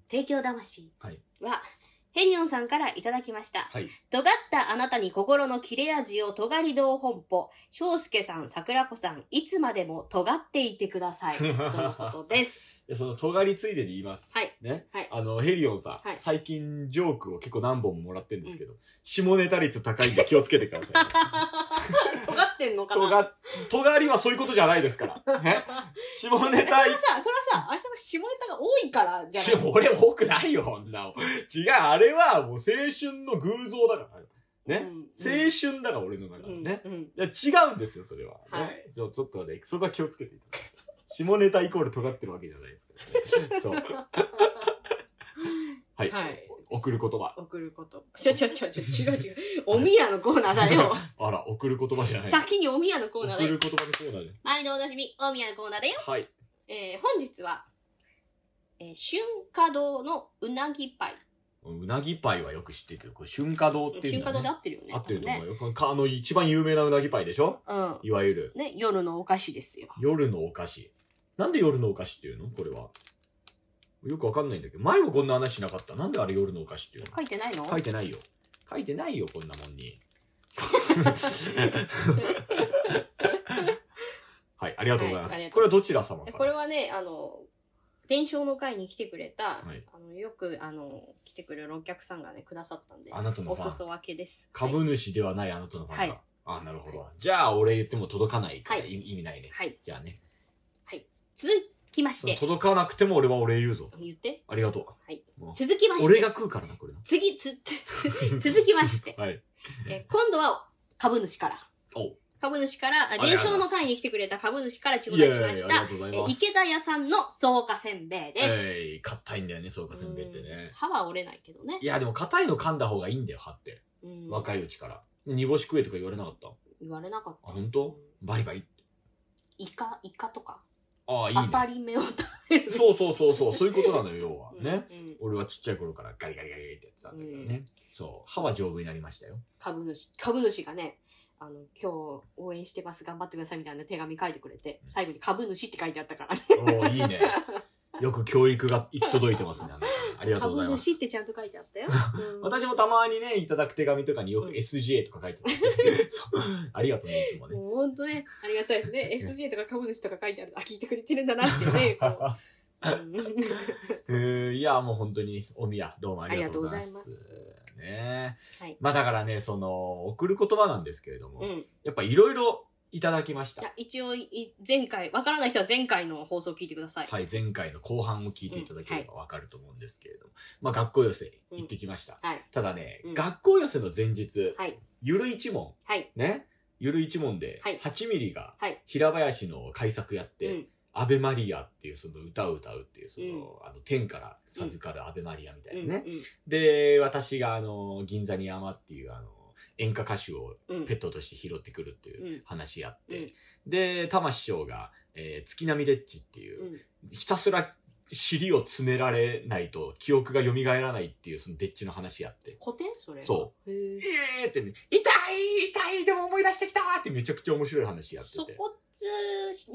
S2: 提供魂は
S1: はい、
S2: ヘリオンさんからいただきました。
S1: はい
S2: 尖ったあなたに心の切れ味を尖り堂本舗、翔介さん、桜子さん、いつまでも尖っていてください。というこ とです。
S1: でその尖りついでに言います
S2: はい
S1: ね
S2: はい
S1: あのヘリオンさん
S2: はい
S1: 最近ジョークを結構何本ももらってるんですけど下ネタ率高いんで気をつけてください
S2: 尖ってんのかな
S1: 尖尖りはそういうことじゃないですから ね下ネ
S2: えそれは
S1: タ
S2: さ、それはさ、あいさんが下ネタが多いからじゃない
S1: いや俺多くないよ、こんなの。違う、あれはもう青春の偶像だから。ね
S2: うん
S1: 青春だから、俺の中でね。
S2: うんうん
S1: いや違うんですよ、それは。ね
S2: はい
S1: ちょちょっとね、そこは気をつけていただきたい下ネタイコール尖ってるわけじゃないですから、 ね。そう。はい。
S2: はい
S1: 送る言葉。
S2: 送ること。ちょちょちょちょ、違う違う。おみやのコーナーだよ。
S1: あら、送る言葉じゃない。
S2: 先におみやのコーナー
S1: 送
S2: だよ
S1: る。言葉のコーナーで。
S2: 毎度おなじみ、おみやのコーナーだよ。
S1: はい。
S2: えー本日は、えー春華堂のうなぎパイ。
S1: うなぎパイはよく知ってるけど、これ、春夏堂ってい
S2: 春
S1: う
S2: 華
S1: の、
S2: 堂で合
S1: ね。
S2: ってるよね。
S1: 合ってると思う
S2: よ。
S1: よ。かあの、一番有名なうなぎパイでしょ
S2: うん。
S1: いわゆる。
S2: ね、夜のお菓子ですよ。
S1: 夜のお菓子。なんで夜のお菓子っていうのこれは。よくわかんないんだけど、前もこんな話しなかった。なんであれ夜のお菓子っていう
S2: 書いてないの
S1: の書いてないよ。書いてないよ、 こんなもんに。はい、ありがとうございます。
S2: はいありがとう
S1: これはどちら様か
S2: え
S1: ら
S2: これはね、あの、伝承の会に来てくれた、
S1: はい
S2: あのよくあの来てくれるお客さんがね、くださったんで、
S1: あなたの
S2: お
S1: ファン
S2: 裾分けです。
S1: 株主ではないあなたのファンが。
S2: はい
S1: あ、なるほど。じゃあ、俺言っても届かないから、
S2: はい
S1: い意味ないね。
S2: はい。はい。
S1: じゃあね。
S2: 続きまし
S1: その
S2: て、
S1: 届かなくても俺はお礼言うぞ。
S2: 言って。
S1: ありがと
S2: はい。
S1: もう
S2: 続きま
S1: う。
S2: し
S1: 俺
S2: て、
S1: が食うからな、これな。
S2: 次、つ、 つ続きまして、
S1: はい。
S2: え今度は株主から。
S1: お
S2: 株主から、あ
S1: りがとうござい
S2: 伝
S1: ます
S2: 承の会に来てくれた株主から頂戴しまし
S1: いやいやいやあ
S2: た。
S1: りがとうござい
S2: え
S1: ます。
S2: 池田屋さんの草加せんべいです。
S1: えい、硬いんだよね、そうかせんべいって
S2: うん
S1: ね。
S2: 歯は折れないけどね
S1: い。や、でも硬いの噛んだ方がいいんだよ、歯って。
S2: うん
S1: 若いうちから。煮干し食えとか言われなかったあ、
S2: 言われなかった。
S1: 本当？バリバリって。
S2: イカ、イカとか、
S1: ああ、いい
S2: 当
S1: ね。
S2: たり目を食べる。
S1: そうそうそうそう、そういうことなの よ、要は。ね。
S2: うん。
S1: 俺はちっちゃい頃からガリガリガリってやってたんだけどね。
S2: う
S1: そう。歯は丈夫になりましたよ。
S2: 株主、株主がね、あの、今日応援してます、頑張ってくださいみたいな手紙書いてくれて、最後に株主って書いてあったからね。
S1: おーいい ね。よく教育が行き届いてますね。あなたありがとうご
S2: 株
S1: ざいま
S2: 主っ
S1: す。
S2: てちゃんと書いてあったよ。うん
S1: 私もたまにね、いただく手紙とかによく
S2: うん
S1: SGA とか書いて ます、ねそうありがとうね、いつもね。
S2: もう本当ね、ありがたいですね。SJ とか株主とか書いてあると、あ、聞いてくれてるんだなってね、 こう。うん
S1: えーいや、もう本当に、おみや、どうもありがとうございます。
S2: ありがとうご
S1: ねえ
S2: はい
S1: まあだからね、その、送る言葉なんですけれども、
S2: うん。
S1: やっぱいろいろいただきました
S2: じゃ。あ一応、い前回、わからない人は前回の放送を聞いてください。
S1: はい、前回の後半を聞いていただければわかると思うんですけれども、まあ学校寄せ行ってきました。
S2: はい。
S1: ただね、
S2: うん
S1: 学校寄せの前日、
S2: はい。
S1: ゆる一問、
S2: はい
S1: ね、ゆる一問で
S2: はい
S1: 8ミリが
S2: はい
S1: 平林の改作やって、
S2: うん
S1: アベマリアっていうその歌を歌うっていうその、あの天から授かるアベマリアみたいなね、で、私があの、銀座に山っていうあの、演歌歌手を
S2: うん。うん。
S1: ペットとして拾ってくるっていううん話やって、
S2: うん
S1: で、玉師匠が、えー月並みでっちっていうう、
S2: ん。
S1: ひたすら尻を詰められないと記憶が蘇らないっていうそのデッチの話やって。
S2: 古典それ。。
S1: そう
S2: へ
S1: う。
S2: ー
S1: えーってね、痛い痛いでも思い出してきたーってめちゃくちゃ面白い話やって
S2: そ
S1: て。
S2: こっち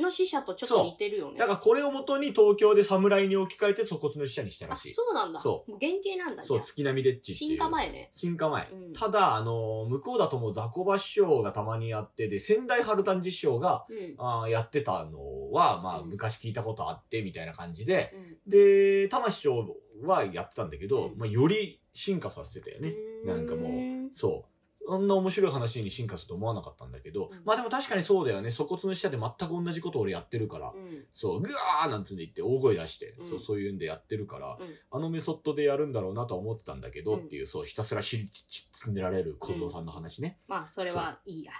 S2: の死者とちょっと似てるよね。
S1: だからこれをもとに東京で侍に置き換えて粗骨の死者にしたら
S2: あ
S1: しい。
S2: そうなんだ。
S1: そ
S2: もう原型なんだ
S1: そう、
S2: じゃ
S1: 月並みでっち
S2: あ
S1: っていう。
S2: 進化前ね。
S1: 進化前。
S2: うん
S1: ただ、あのー向こうだともうザコバ師匠がたまにやってで、仙台春団師匠が、
S2: うん。
S1: あーやってたのは、まあ、
S2: うん
S1: 昔聞いたことあって、みたいな感じで、
S2: うん
S1: で、玉師匠はやってたんだけど、
S2: うん
S1: まあ、より進化させてたよね。なんかもうそう。あんな面白い話に進化すると思わなかったんだけど、
S2: うん
S1: まあでも確かにそうだよね。粗骨の下で全く同じことを俺やってるから、
S2: うん。
S1: そう、ぐわーなんつって言って大声出して、
S2: うん
S1: そう、そういうんでやってるから、
S2: うん
S1: あのメソッドでやるんだろうなとは思ってたんだけど、
S2: うん
S1: っていう、そう、ひたすらしりちち詰められる小僧さんの話ね。
S2: まあ、それはいいや。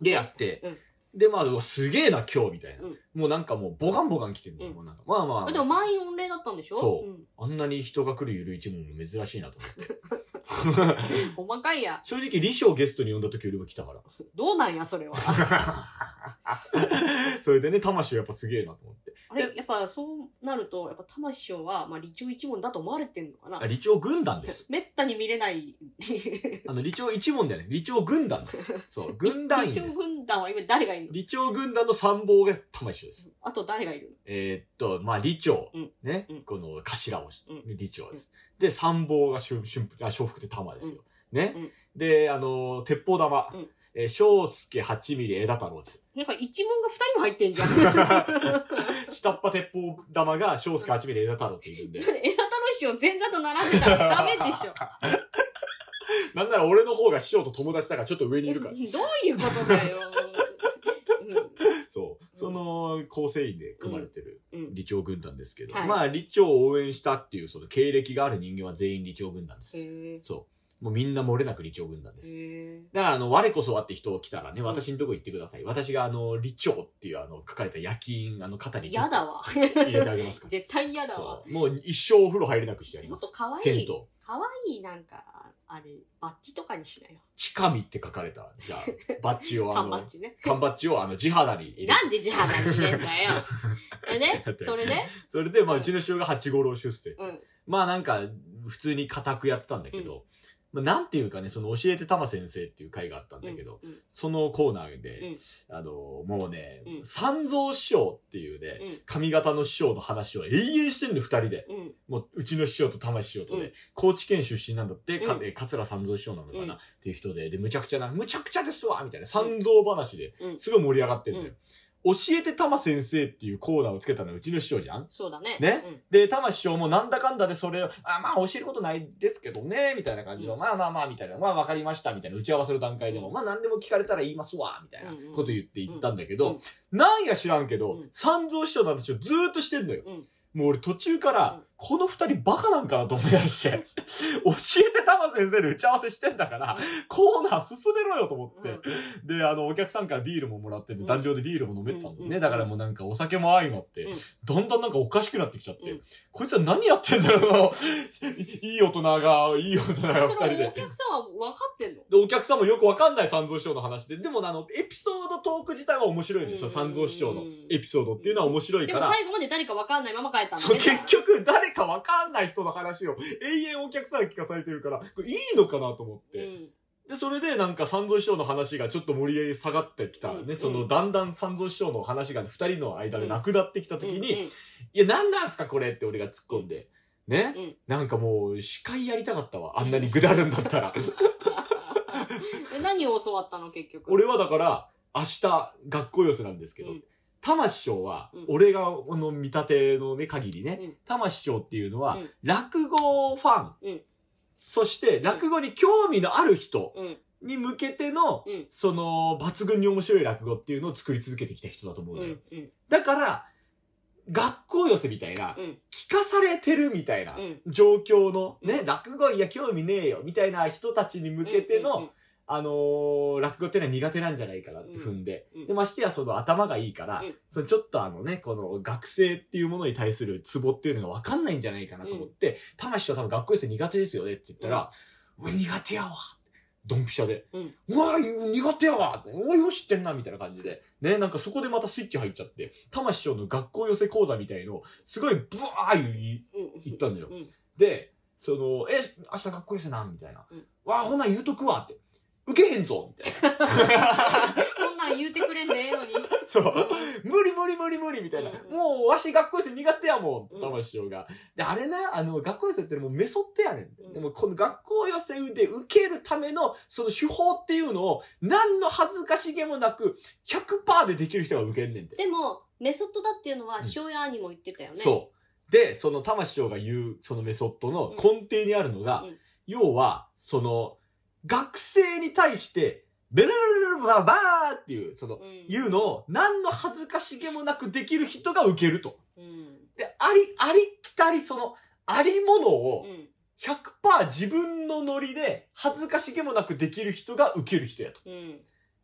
S1: で、やって、
S2: うん
S1: で、まあ、うわすげえな、今日、みたいな、
S2: うん
S1: もうなんかもう、ボカンボカン来てるんだよ、
S2: うん
S1: もうなんか。まあまあ。
S2: でも満員御礼だったんでしょ
S1: そう
S2: うん。
S1: あんなに人が来るゆる一問も珍しいなと思って。
S2: 細かい や。
S1: 正直、李翔をゲストに呼んだ時よりも来たから。
S2: どうなんや、それは。
S1: それでね、魂やっぱすげえなと思って。
S2: あれ、やっぱそうなると、やっぱ魂師匠は、まあ、理長一門だと思われてんのかな
S1: あ、李長軍団です。
S2: めったに見れない。
S1: あの、李長一問だよね。李長軍団です。そう、 軍団員
S2: 理
S1: で
S2: 長
S1: す。
S2: 軍団は今誰がいるの
S1: 李長軍団の参謀が魂です。
S2: あと誰がいる
S1: えーっと、まあ、李長、
S2: うん
S1: ね、
S2: うん
S1: この頭をし、
S2: うん
S1: 李長です。で、参謀が春春服、あ、小服って玉ですよ。ね、
S2: うん
S1: で、あのー鉄砲玉、
S2: うん
S1: えー、章介八ミリ枝太郎です。
S2: のなんか一門が二人も入ってんじゃん。 枝
S1: 下っ端鉄砲玉が章介八ミリ枝太郎って言うんで、
S2: 太郎師匠前座と並んでたらダメでしょ。
S1: なんなら俺の方が師匠と友達だからちょっと上 にいるから。
S2: どういうことだよ。
S1: そう。その、構成員で組まれてる
S2: うんうん
S1: 李長軍団ですけど、
S2: はい
S1: まあ、李長を応援したっていう、その経歴がある人間は全員李長軍団です。
S2: へ
S1: そう。もうみんな漏れなく李長軍団です。
S2: え。
S1: だから、あの、我こそはって人来たらね、私のとこ行ってください。私が、あの、李長っていう、あの、書かれた夜勤、あの、肩にちょ
S2: 嫌
S1: っと
S2: だわ。
S1: 入れてあげますから。
S2: 絶対嫌だわ。
S1: そう。もう一生お風呂入れなくしてやり
S2: も
S1: ま
S2: っ
S1: す。
S2: と可
S1: 銭
S2: 愛
S1: 湯
S2: い。。可愛いなんか、あれ、バッチとかにしなよ。
S1: 近見って書かれた、 じゃあ、バッジを、あ
S2: 缶
S1: の、
S2: バッチね。
S1: 缶バッジを、あの、地肌に入れて
S2: なんでじゃあ何入れん だよ。でね
S1: だって、
S2: それで、
S1: それで、まあ、
S2: う
S1: うんちの師匠が八五郎出世。
S2: うん。
S1: まあ、なんか、普通に固くやってたんだけど、まあ、なんていうかね、その、教えて玉先生っていう会があったんだけど、
S2: うん、
S1: そのコーナーで、あの、もうね、
S2: うん
S1: 三蔵師匠っていうね、
S2: うん
S1: 髪型の師匠の話を永遠してんの、二人で。
S2: うん、うん。
S1: もう、うちの師匠と玉師匠とで、
S2: うん
S1: 高知県出身なんだって、か
S2: うん
S1: え桂三蔵師匠なのかな、
S2: うん
S1: っていう人で、で、むちゃくちゃな、むちゃくちゃですわみたいな、三蔵話で
S2: うん
S1: すごい盛り上がってるんだよ。教えて玉先生っていうコーナーをつけたのはうちの師匠じゃん
S2: そうだね。
S1: ねで、玉師匠もなんだかんだでそれを、あ、まあ教えることないですけどね、みたいな感じの、
S2: うん
S1: まあまあまあ、みたいな、まあわかりました、みたいな打ち合わせの段階でも、
S2: うん
S1: まあ何でも聞かれたら言いますわ、みたいな
S2: うんうん
S1: こと言って言ったんだけ
S2: うんう
S1: ど
S2: ん、
S1: なんや知らんけ
S2: う
S1: ど
S2: ん、
S1: 三蔵師匠の話をずーっとしてんのよ
S2: うん。
S1: もう俺途中か
S2: う
S1: ら
S2: ん、
S1: この二人バカなんかなと思い出して、 教えて玉先生で打ち合わせしてんだから、コーナー進めろよと思
S2: うん。
S1: って
S2: うん。
S1: で、あの、お客さんからビールももらってて、
S2: うん
S1: 壇上でビールも飲めてたんだ
S2: う
S1: よ
S2: んう
S1: ね。
S2: ん
S1: だからもうなんかお酒も相まって
S2: うん、
S1: だんだんなんかおかしくなってきちゃって
S2: うん、
S1: こいつは何やってんだろういい大人が、いい大人が二
S2: そ
S1: 人
S2: れお
S1: で。
S2: 客さんは分かってんの
S1: で、お客さんもよくわかんない三蔵師匠の話で、でもねあの、エピソードトーク自体は面白いんですよ。
S2: うん
S1: 三蔵師匠のエピソードっていうのは面白い
S2: で
S1: か
S2: も
S1: ら。
S2: 最後まで誰か分かんないまま帰ったんだ
S1: そう、
S2: ね。
S1: 結局、誰かわかんない人の話を永遠お客さんに聞かされてるから、これいいのかなと思って。で、それでなんか三蔵師匠の話がちょっと盛り下がってきたね、
S2: うん
S1: そのだんだん三蔵師匠の話が二人の間でなくなってきた
S2: うん。
S1: 時に、
S2: うん
S1: いや、なんなんすかこれって俺が突っ込んで、ね、
S2: うん
S1: なんかもう司会やりたかったわ。あんなにぐだるんだったら。
S2: うんえ何を教わったの結局。
S1: 俺はだから、明日学校寄せなんですけど、
S2: うん
S1: 玉師匠は
S2: うん、
S1: 俺がこの見立てのね、限りね、
S2: うん
S1: 玉師匠っていうのは
S2: うん、
S1: 落語ファン、
S2: うん
S1: そして落語に興味のある人
S2: うん。
S1: に向けての、
S2: うん
S1: その、抜群に面白い落語っていうのを作り続けてきた人だと思う
S2: うん
S1: だよ。
S2: ん。うん。
S1: だから、学校寄せみたいな、
S2: うん
S1: 聞かされてるみたいな
S2: うん
S1: 状況の、ね、
S2: うん
S1: 落語いや興味ねえよみたいな人たちに向けての、あのー落語っていうのは苦手なんじゃないかなって踏んで。
S2: うんうん
S1: で、ましてやその頭がいいから、
S2: うん
S1: そのちょっとあのね、この学生っていうものに対するツボっていうのが分かんないんじゃないかなと思って、魂は多分学校生苦手ですよねって言ったら、うわ苦手やわ。ドンピシャで。
S2: うん
S1: うわ苦手やわうわよし知ってんなみたいな感じで。ね、なんかそこでまたスイッチ入っちゃって、魂の学校寄せ講座みたいのを、すごいブワーい
S2: うん。うん
S1: 言ったんだよ。
S2: うん。
S1: で、その、え、明日学校寄せなみたいな。
S2: うん
S1: わあ、ほな言うとくわって。受けへんぞみたいな。
S2: そんなん言うてくれんでええのに。
S1: そう。 無理無理無理無理みたいな。
S2: うん
S1: もう、わし学校生苦手やも
S2: うん
S1: ん。玉師匠が。で、あれな、あの、学校寄せってもうメソッドやね
S2: うん
S1: ん。でも、この学校寄せで受けるための、その手法っていうのを、何の恥ずかしげもなく、100%でできる人が受けんねんて。
S2: でも、メソッドだっていうの
S1: う
S2: は、
S1: ん
S2: 塩屋にも言ってたよね。
S1: そう。で、その玉師匠が言う、そのメソッドの根底にあるのが、
S2: うん
S1: 要は、その、学生に対して、ベラベラベラベラバーっていう、その、
S2: うん。
S1: いうのを何の恥ずかしげもなくできる人が受けると。
S2: うん。
S1: で、あり、ありきたりその、ありものを
S2: うん。
S1: 100%自分のノリで恥ずかしげもなくできる人が受ける人やと。
S2: うん。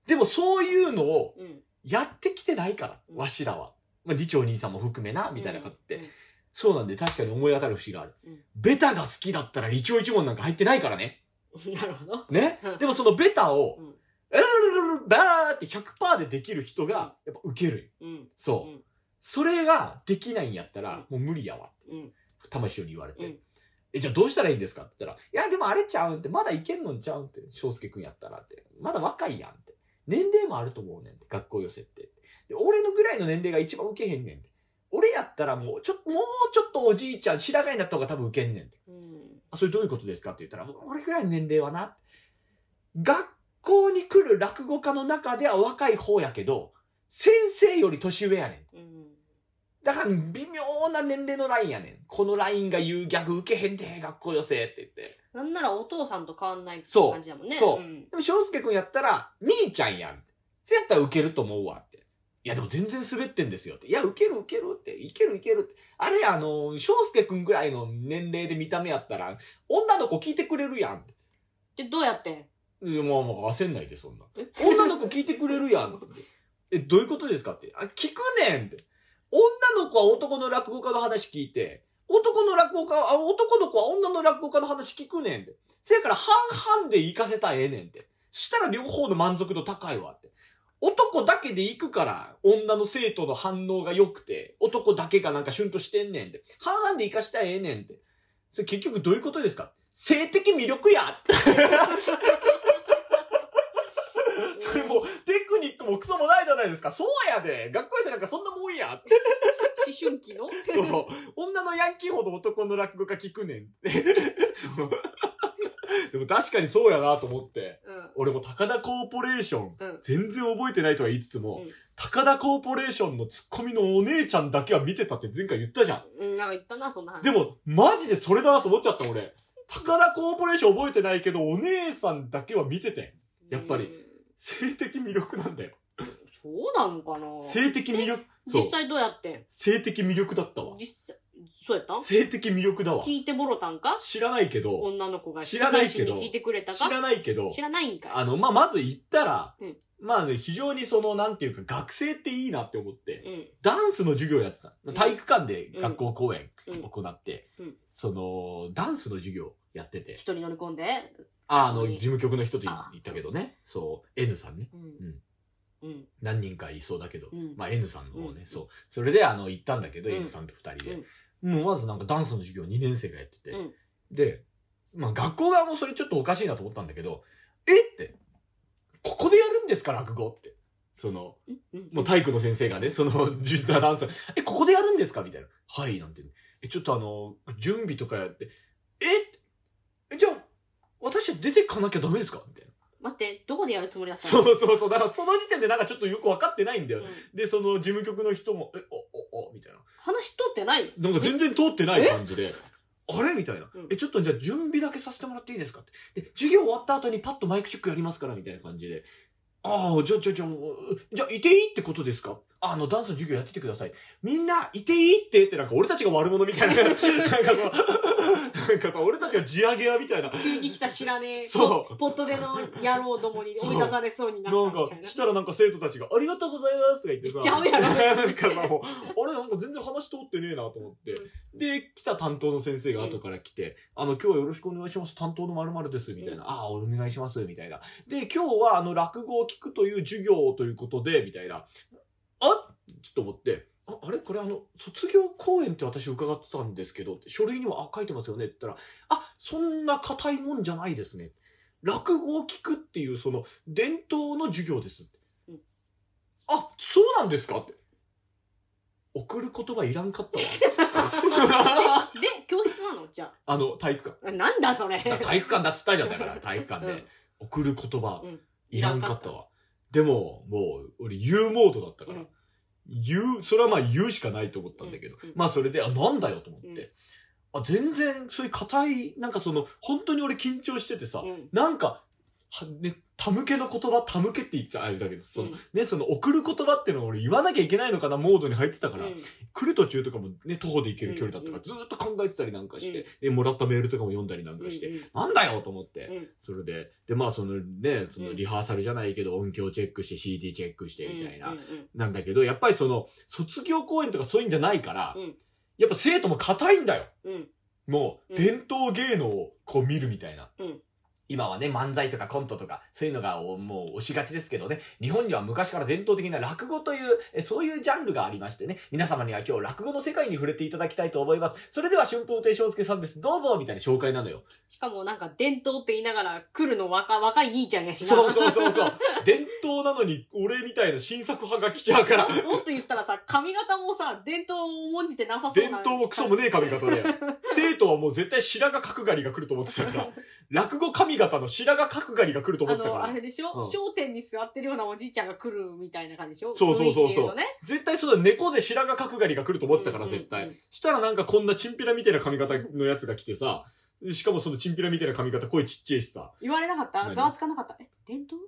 S1: でもそういうのを
S2: うん。
S1: やってきてないから、
S2: うん
S1: わしらは。まあ、理長兄さんも含めな、みたいな感じ
S2: うん
S1: で。。そうなんで確かに思い当たる節がある
S2: うん。
S1: ベタが好きだったら理長一門なんか入ってないからね。
S2: うんなるほど。
S1: ね
S2: うん。
S1: でもそのベタを
S2: うん、
S1: ラララララバーって100%でできる人が、やっぱ受ける。
S2: うん。
S1: そう。
S2: うん
S1: それができないんやったら、もう無理やわ。
S2: うん。
S1: 玉師匠に言われて、
S2: うん
S1: え、じゃあどうしたらいいんですかって言ったら、いや、でもあれちゃうんって、まだいけんのんちゃうんって、翔介くんやったらって、まだ若いやんって、年齢もあると思うねんって、学校寄せって。で、俺のぐらいの年齢が一番受けへんねんって。俺やったらもう、ちょ、もうちょっとおじいちゃん、白髪になった方が多分受けんねんって。
S2: うん。
S1: あ、それどういうことですかって言ったら、俺ぐらいの年齢はな、学校に来る落語家の中では若い方やけど、先生より年上やねん。
S2: うん。
S1: だから微妙な年齢のラインやねん。このラインが言うギャグ受けへんで、学校寄せって言って。
S2: なんならお父さんと変わんない
S1: そう
S2: 感じだもんね。
S1: そう
S2: うん
S1: でも翔介くんやったら、兄ちゃんやん。そやったら受けると思うわって。いやでも全然滑ってんですよって。いや、受ける受けるって。いけるいけるって。あれ、あの、翔介くんぐらいの年齢で見た目やったら、女の子聞いてくれるやんって。
S2: で、どうやって
S1: いやもう、もう焦んないで、そんな。女の子聞いてくれるやん。 え、どういうことですかって。あ、聞くねんって。女の子は男の落語家の話聞いて、男の落語家は、あ男の子は女の落語家の話聞くねんって。せやから半々で行かせたらええねんって。したら両方の満足度高いわって。男だけで行くから、女の生徒の反応が良くて、男だけがなんかシュンとしてんねんって。半々で行かしたらええねんって。それ結局どういうことですか性的魅力やって。 それもうテクニックもクソもないじゃないですか。そうやで。学校生なんかそんなもんやって。
S2: 思春期の
S1: そう。女のヤンキーほど男の落語家聞くねんって。そう。でも確かにそうやなと思って。
S2: うん。うん
S1: 俺も高田コーポレーション、
S2: うん
S1: 全然覚えてないとは言いつつも、
S2: うん
S1: 高田コーポレーションのツッコミのお姉ちゃんだけは見てたって前回言ったじゃん。
S2: うん、なんか言ったな、そんな話。
S1: でも、マジでそれだなと思っちゃった俺。高田コーポレーション覚えてないけど、お姉さんだけは見てて。やっぱり
S2: うん
S1: 性的魅力なんだよ。
S2: そうなのかな
S1: 性的魅力、そう
S2: 実。際どうやってん
S1: 性的魅力だったわ。
S2: 実際、そうやった
S1: 性的魅力だわ。
S2: 聞いてもろたんか
S1: 知らないけど、
S2: 女の子が
S1: 知らないけど
S2: 私に聞いてくれたか
S1: 知らないけど、
S2: 知らないんか
S1: あの、まあ、まず言ったら、
S2: うん
S1: まあ、非常にその、なんていうか、学生っていいなって思って、
S2: い。うん。
S1: ダンスの授業やってた
S2: う。ん
S1: 体育館で学校公演
S2: うん
S1: 行って、
S2: うん
S1: その、ダンスの授業やってて
S2: 一、人乗り込んで。
S1: ああ
S2: う
S1: の、
S2: ん
S1: 事務局の人と言
S2: あ
S1: ったけどね、そう、N さんね、
S2: うん。うん。
S1: 何人かいそうだけど、
S2: うん
S1: まあ N さんの方ね、
S2: うん
S1: そう。それで、あの、行ったんだけど、
S2: うん
S1: N さんと二人で、もうまずなんかダンスの授業2年生がやってて、
S2: うん
S1: で、まあ学校側もそれちょっとおかしいなと思ったんだけど、えって、ここでやるんですか、落語って。その、
S2: うん。
S1: もう体育の先生がね、その、ジュンターダンサー、え、ここでやるんですかみたいな。はい、なんてね。え、ちょっとあの、準備とかやって、ええ、じゃあ、私は出てかなきゃダメですかみたいな。
S2: 待って、どこでやるつもりだった
S1: そ
S2: の
S1: うそうそう。だからその時点でなんかちょっとよく分かってないんだよ。
S2: うん
S1: で、その事務局の人も、え、お、お、お、みたいな。
S2: 話通ってない
S1: なんか全然通ってない感じで、あれみたいな
S2: うん。
S1: え、ちょっとじゃあ準備だけさせてもらっていいですかって。で、授業終わった後にパッとマイクチェックやりますから、みたいな感じで。ああ、じゃあ、じゃあ、じゃあ、じゃあ、いていいってことですかあの、ダンスの授業やっててください。みんな、いていいってって、なんか俺たちが悪者みた いな。なんかさ、なんかさ、俺たちが地上げ屋みたいな。
S2: 急に来た知らね え。
S1: そう
S2: ポットでの野郎どもに
S1: そう
S2: 追い出されそうになった
S1: なん
S2: み
S1: か
S2: たい、な
S1: し。たらなんか生徒たちが、ありがとうございますとか言ってさ。
S2: 言っちゃうやろ
S1: なんかさ、もう、あれなんか全然話通ってねえなと思って。で、来た担当の先生が後から来て、あの、今日はよろしくお願いします。担当の〇〇です。みたいな。ああ、お願いします。みたいな。で、今日はあの、落語を聞くという授業ということで、みたいな。あちょっと思って。ああれこれあの、卒業公演って私伺ってたんですけど、って書類にはあ書いてますよねって言ったら、あ、そんな硬いもんじゃないですね。落語を聞くっていうその伝統の授業ですって、
S2: うん
S1: あそうなんですかって送る言葉いらんか ったわ
S2: で、教室なのじゃ
S1: あの体育
S2: あ。なんだそ れ。
S1: 館体育館だっつったじゃんだから体育館で、
S2: うん
S1: 送る言葉
S2: うん
S1: いらんかったわでももう俺言うモードだったから、
S2: うん
S1: 言うそれはまあ言うしかないと思ったんだけど、
S2: うんうん
S1: まあそれであなんだよと思って、
S2: うん
S1: あ全然そういう硬いなんかその本当に俺緊張しててさ、
S2: うん
S1: なんか、はね、たむけの言葉、たむけって言っちゃあれだけど、その、
S2: うん
S1: ね、その送る言葉ってのを俺言わなきゃいけないのかな、モードに入ってたから、
S2: うん
S1: 来る途中とかもね、徒歩で行ける距離だったから、
S2: うん
S1: ずーっと考えてたりなんかして、
S2: うん
S1: でもらったメールとかも読んだりなんかして、
S2: うん
S1: なんだよと思って、
S2: うん
S1: それで、で、まあそのね、その
S2: うん
S1: リハーサルじゃないけど、音響チェックして CD チェックして
S2: うん
S1: みたいな、
S2: うんうん
S1: なんだけど、やっぱりその、卒業公演とかそういうんじゃないから、
S2: うん
S1: やっぱ生徒も硬いんだよ
S2: うん
S1: もう、
S2: うん
S1: 伝統芸能をこう見るみたいな。
S2: うん
S1: 今はね、漫才とかコントとか、そういうのがおもう押しがちですけどね、日本には昔から伝統的な落語という、えそういうジャンルがありましてね、皆様には今日落語の世界に触れていただきたいと思います。それでは春風亭昇介さんです。どうぞみたいな紹介なのよ。
S2: しかもなんか伝統って言いながら来るの若若い兄ちゃんやしな。
S1: そうそうそうそう。伝統なのに、俺みたいな新作派が来ちゃうから。
S2: もっと言ったらさ、髪型もさ、伝統を重んじてなさそう
S1: 伝
S2: な。
S1: 統もクソもねえ髪型で。生徒はもう絶対白髪角刈りが来ると思ってた から。落語髪型の白髪角刈りが来ると思
S2: あ
S1: ってたか
S2: の、
S1: ら
S2: あ。れでしょ、
S1: うん
S2: 商店に座ってるようなおじいちゃんが来るみたいな感じでしょ
S1: そうそうそうそう
S2: 雰囲気で言とね、
S1: 絶対そうだ、猫背白髪角刈りが来ると思ってたから、
S2: うんうんうん
S1: 絶対。したらなんかこんなチンピラみたいな髪型のやつが来てさ、しかもそのチンピラみたいな髪型声ちっちゃいしさ。
S2: 言われなかった
S1: 何
S2: ざわつかなかった。え、伝統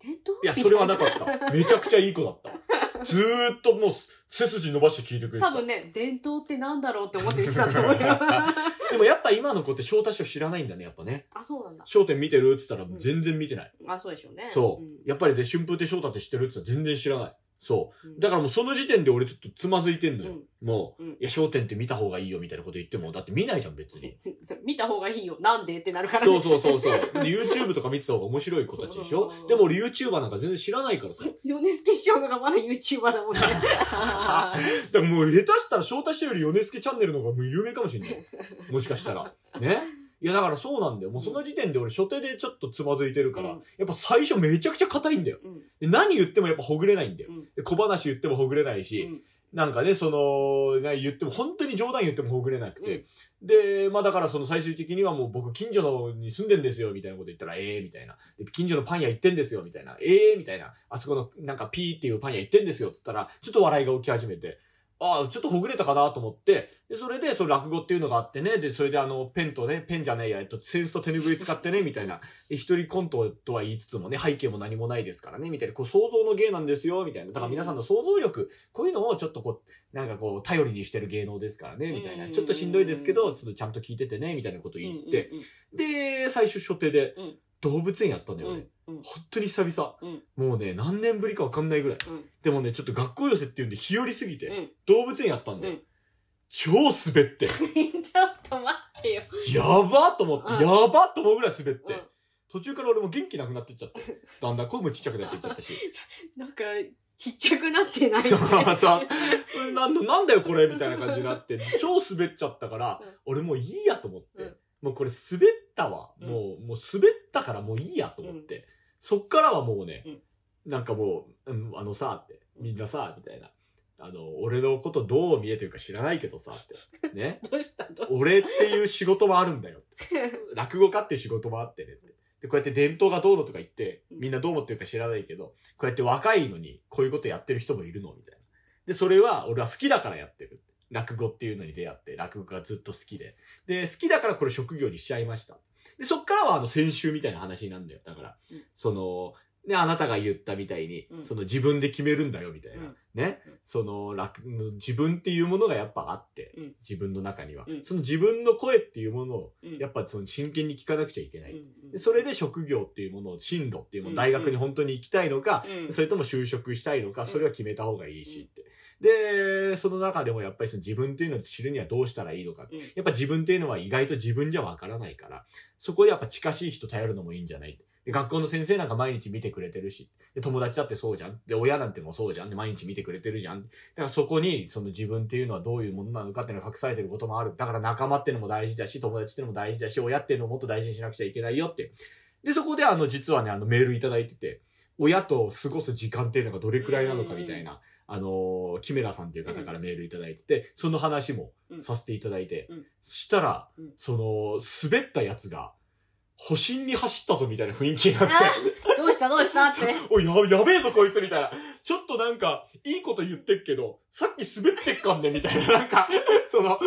S2: 伝統
S1: いや、
S2: み
S1: そ
S2: た
S1: れはなかった。めちゃくちゃいい子だった。ずーっともう背筋伸ばして聞いてくれて
S2: 多
S1: た。
S2: 分ね、伝統ってなんだろうって思って言ってたと 思うよ。
S1: でもやっぱ今の子って小太師を知らないんだね、やっぱね。
S2: あ、そうなんだ。
S1: 焦点見てるって言ったら全然見てない。
S2: あ、そうでしょうね。
S1: そう。
S2: ん
S1: やっぱりで、春風亭昇太って知ってるって言ったら全然知らない。そうう。
S2: ん
S1: だからもうその時点で俺ちょっとつまずいてんのよ。もう、
S2: うん
S1: いや、焦点って見た方がいいよみたいなこと言っても、だって見ないじゃん、別に。
S2: うん見た方がいいよ。なんでってなるからね。
S1: そうそうそうそう。で YouTube とか見てた方が面白い子たちでしょ
S2: そう
S1: でも俺 YouTuber なんか全然知らないからさ。
S2: 米助師匠のがまだ YouTuber だも んね。
S1: だからもう下手したら翔太師匠より米助チャンネルの方がもう有名かもしれない。もしかしたら。ねいやだからそうなんだよ。もうその時点で俺初手でちょっとつまずいてるから、
S2: うん
S1: やっぱ最初めちゃくちゃ硬いんだよ。
S2: うん
S1: で何言ってもやっぱほぐれないんだよ
S2: うん。
S1: で小話言ってもほぐれないし、なんかね、その、ね言っても、本当に冗談言ってもほぐれなくて。で、まあだからその最終的にはもう僕近所のに住んでんですよ、みたいなこと言ったら、ええみたいな。で近所のパン屋行ってんですよ、みたいな。ええみたいな。あそこのなんかピーっていうパン屋行ってんですよ、つったら、ちょっと笑いが起き始めて。ああ、ちょっとほぐれたかなと思って、で、それで、その落語っていうのがあってね、で、それであの、ペンとね、ペンじゃねえや、えっと、センスと手拭い使ってね、みたいな、で一人コントとは言いつつもね、背景も何もないですからね、みたいな、こう、想像の芸なんですよ、みたいな。だから皆さんの想像力、こういうのをちょっとこう、なんかこう、頼りにしてる芸能ですからね、みたいな。ちょっとしんどいですけど、そのちゃんと聞いててね、みたいなこと言って。で、最初初手で
S2: うん、
S1: 動物園やったんだよね。
S2: うんうん
S1: 本当に久々、
S2: うん
S1: もうね、何年ぶりかわかんないぐらい。
S2: うん
S1: でもね、ちょっと学校寄せっていうんで、日和すぎて、
S2: うん
S1: 動物園やったんで、
S2: うん
S1: 超滑 って、
S2: ちょっと待ってよ。
S1: やばっと思って、
S2: うん
S1: やばっと思うぐらい滑って、
S2: うん
S1: 途中から俺も元気なくなってっちゃって、だんだん声もちっちゃくなっていっちゃったし、
S2: なんか、ちっちゃくなってない、
S1: そう そうなんだなんだよこれみたいな感じになって、超滑っちゃったから
S2: うん、
S1: 俺もういいやと思って、
S2: うん
S1: もうこれ滑ったわ、
S2: うん
S1: もう、もう滑ったからもういいやと思って、そっからはもうね、
S2: うん
S1: なんかもう、うんあのさ、って、みんなさ、みたいな。あの、俺のことどう見えてるか知らないけどさ、って。ね。
S2: どうしたどう した
S1: 俺っていう仕事もあるんだ よ。落語家っていう仕事もあってねって。で、こうやって伝統がどうのとか言って、みんなどう思ってるか知らないけど、こうやって若いのにこういうことやってる人もいるのみたいな。で、それは俺は好きだからやってる。落語っていうのに出会って、落語がずっと好きで。で、好きだからこれ職業にしちゃいました。で、そっからはあの先週みたいな話になるんだよ。だから、
S2: うん
S1: その、ね、あなたが言ったみたいに、
S2: うん
S1: その自分で決めるんだよみたいな。
S2: うん
S1: ね
S2: うん。
S1: その落、自分っていうものがやっぱあって、
S2: うん
S1: 自分の中には、
S2: うん
S1: その自分の声っていうものを、
S2: うん
S1: やっぱその真剣に聞かなくちゃいけない。
S2: うん
S1: でそれで職業っていうものを、進路っていうも
S2: うん
S1: の、大学に本当に行きたいのか、
S2: うん
S1: それとも就職したいのか、それは決めた方がいいしって。で、その中でもやっぱりその自分っていうのを知るにはどうしたらいいのか。
S2: うん
S1: やっぱ自分っていうのは意外と自分じゃわからないから、そこでやっぱ近しい人頼るのもいいんじゃないで学校の先生なんか毎日見てくれてるし、で友達だってそうじゃん。で、親なんてもそうじゃん。で、毎日見てくれてるじゃん。だからそこに、その自分っていうのはどういうものなのかっていうのが隠されてることもある。だから仲間っていうのも大事だし、友達っていうのも大事だし、親っていうのをもっと大事にしなくちゃいけないよって。で、そこであの、実はね、あのメールいただいてて、親と過ごす時間っていうのがどれくらいなのかみたいな、あのー、キメラさんっていう方からメールいただいてて、その話もさせていただいて、
S2: うん
S1: そしたら、
S2: うん
S1: その、滑ったやつが、保身に走ったぞみたいな雰囲気にな って、
S2: あどうしたどうしたって。
S1: おい、や、やべえぞこいつみたいな。ちょっとなんか、いいこと言ってっけど、さっき滑ってっかんねみたいな、なんか、その、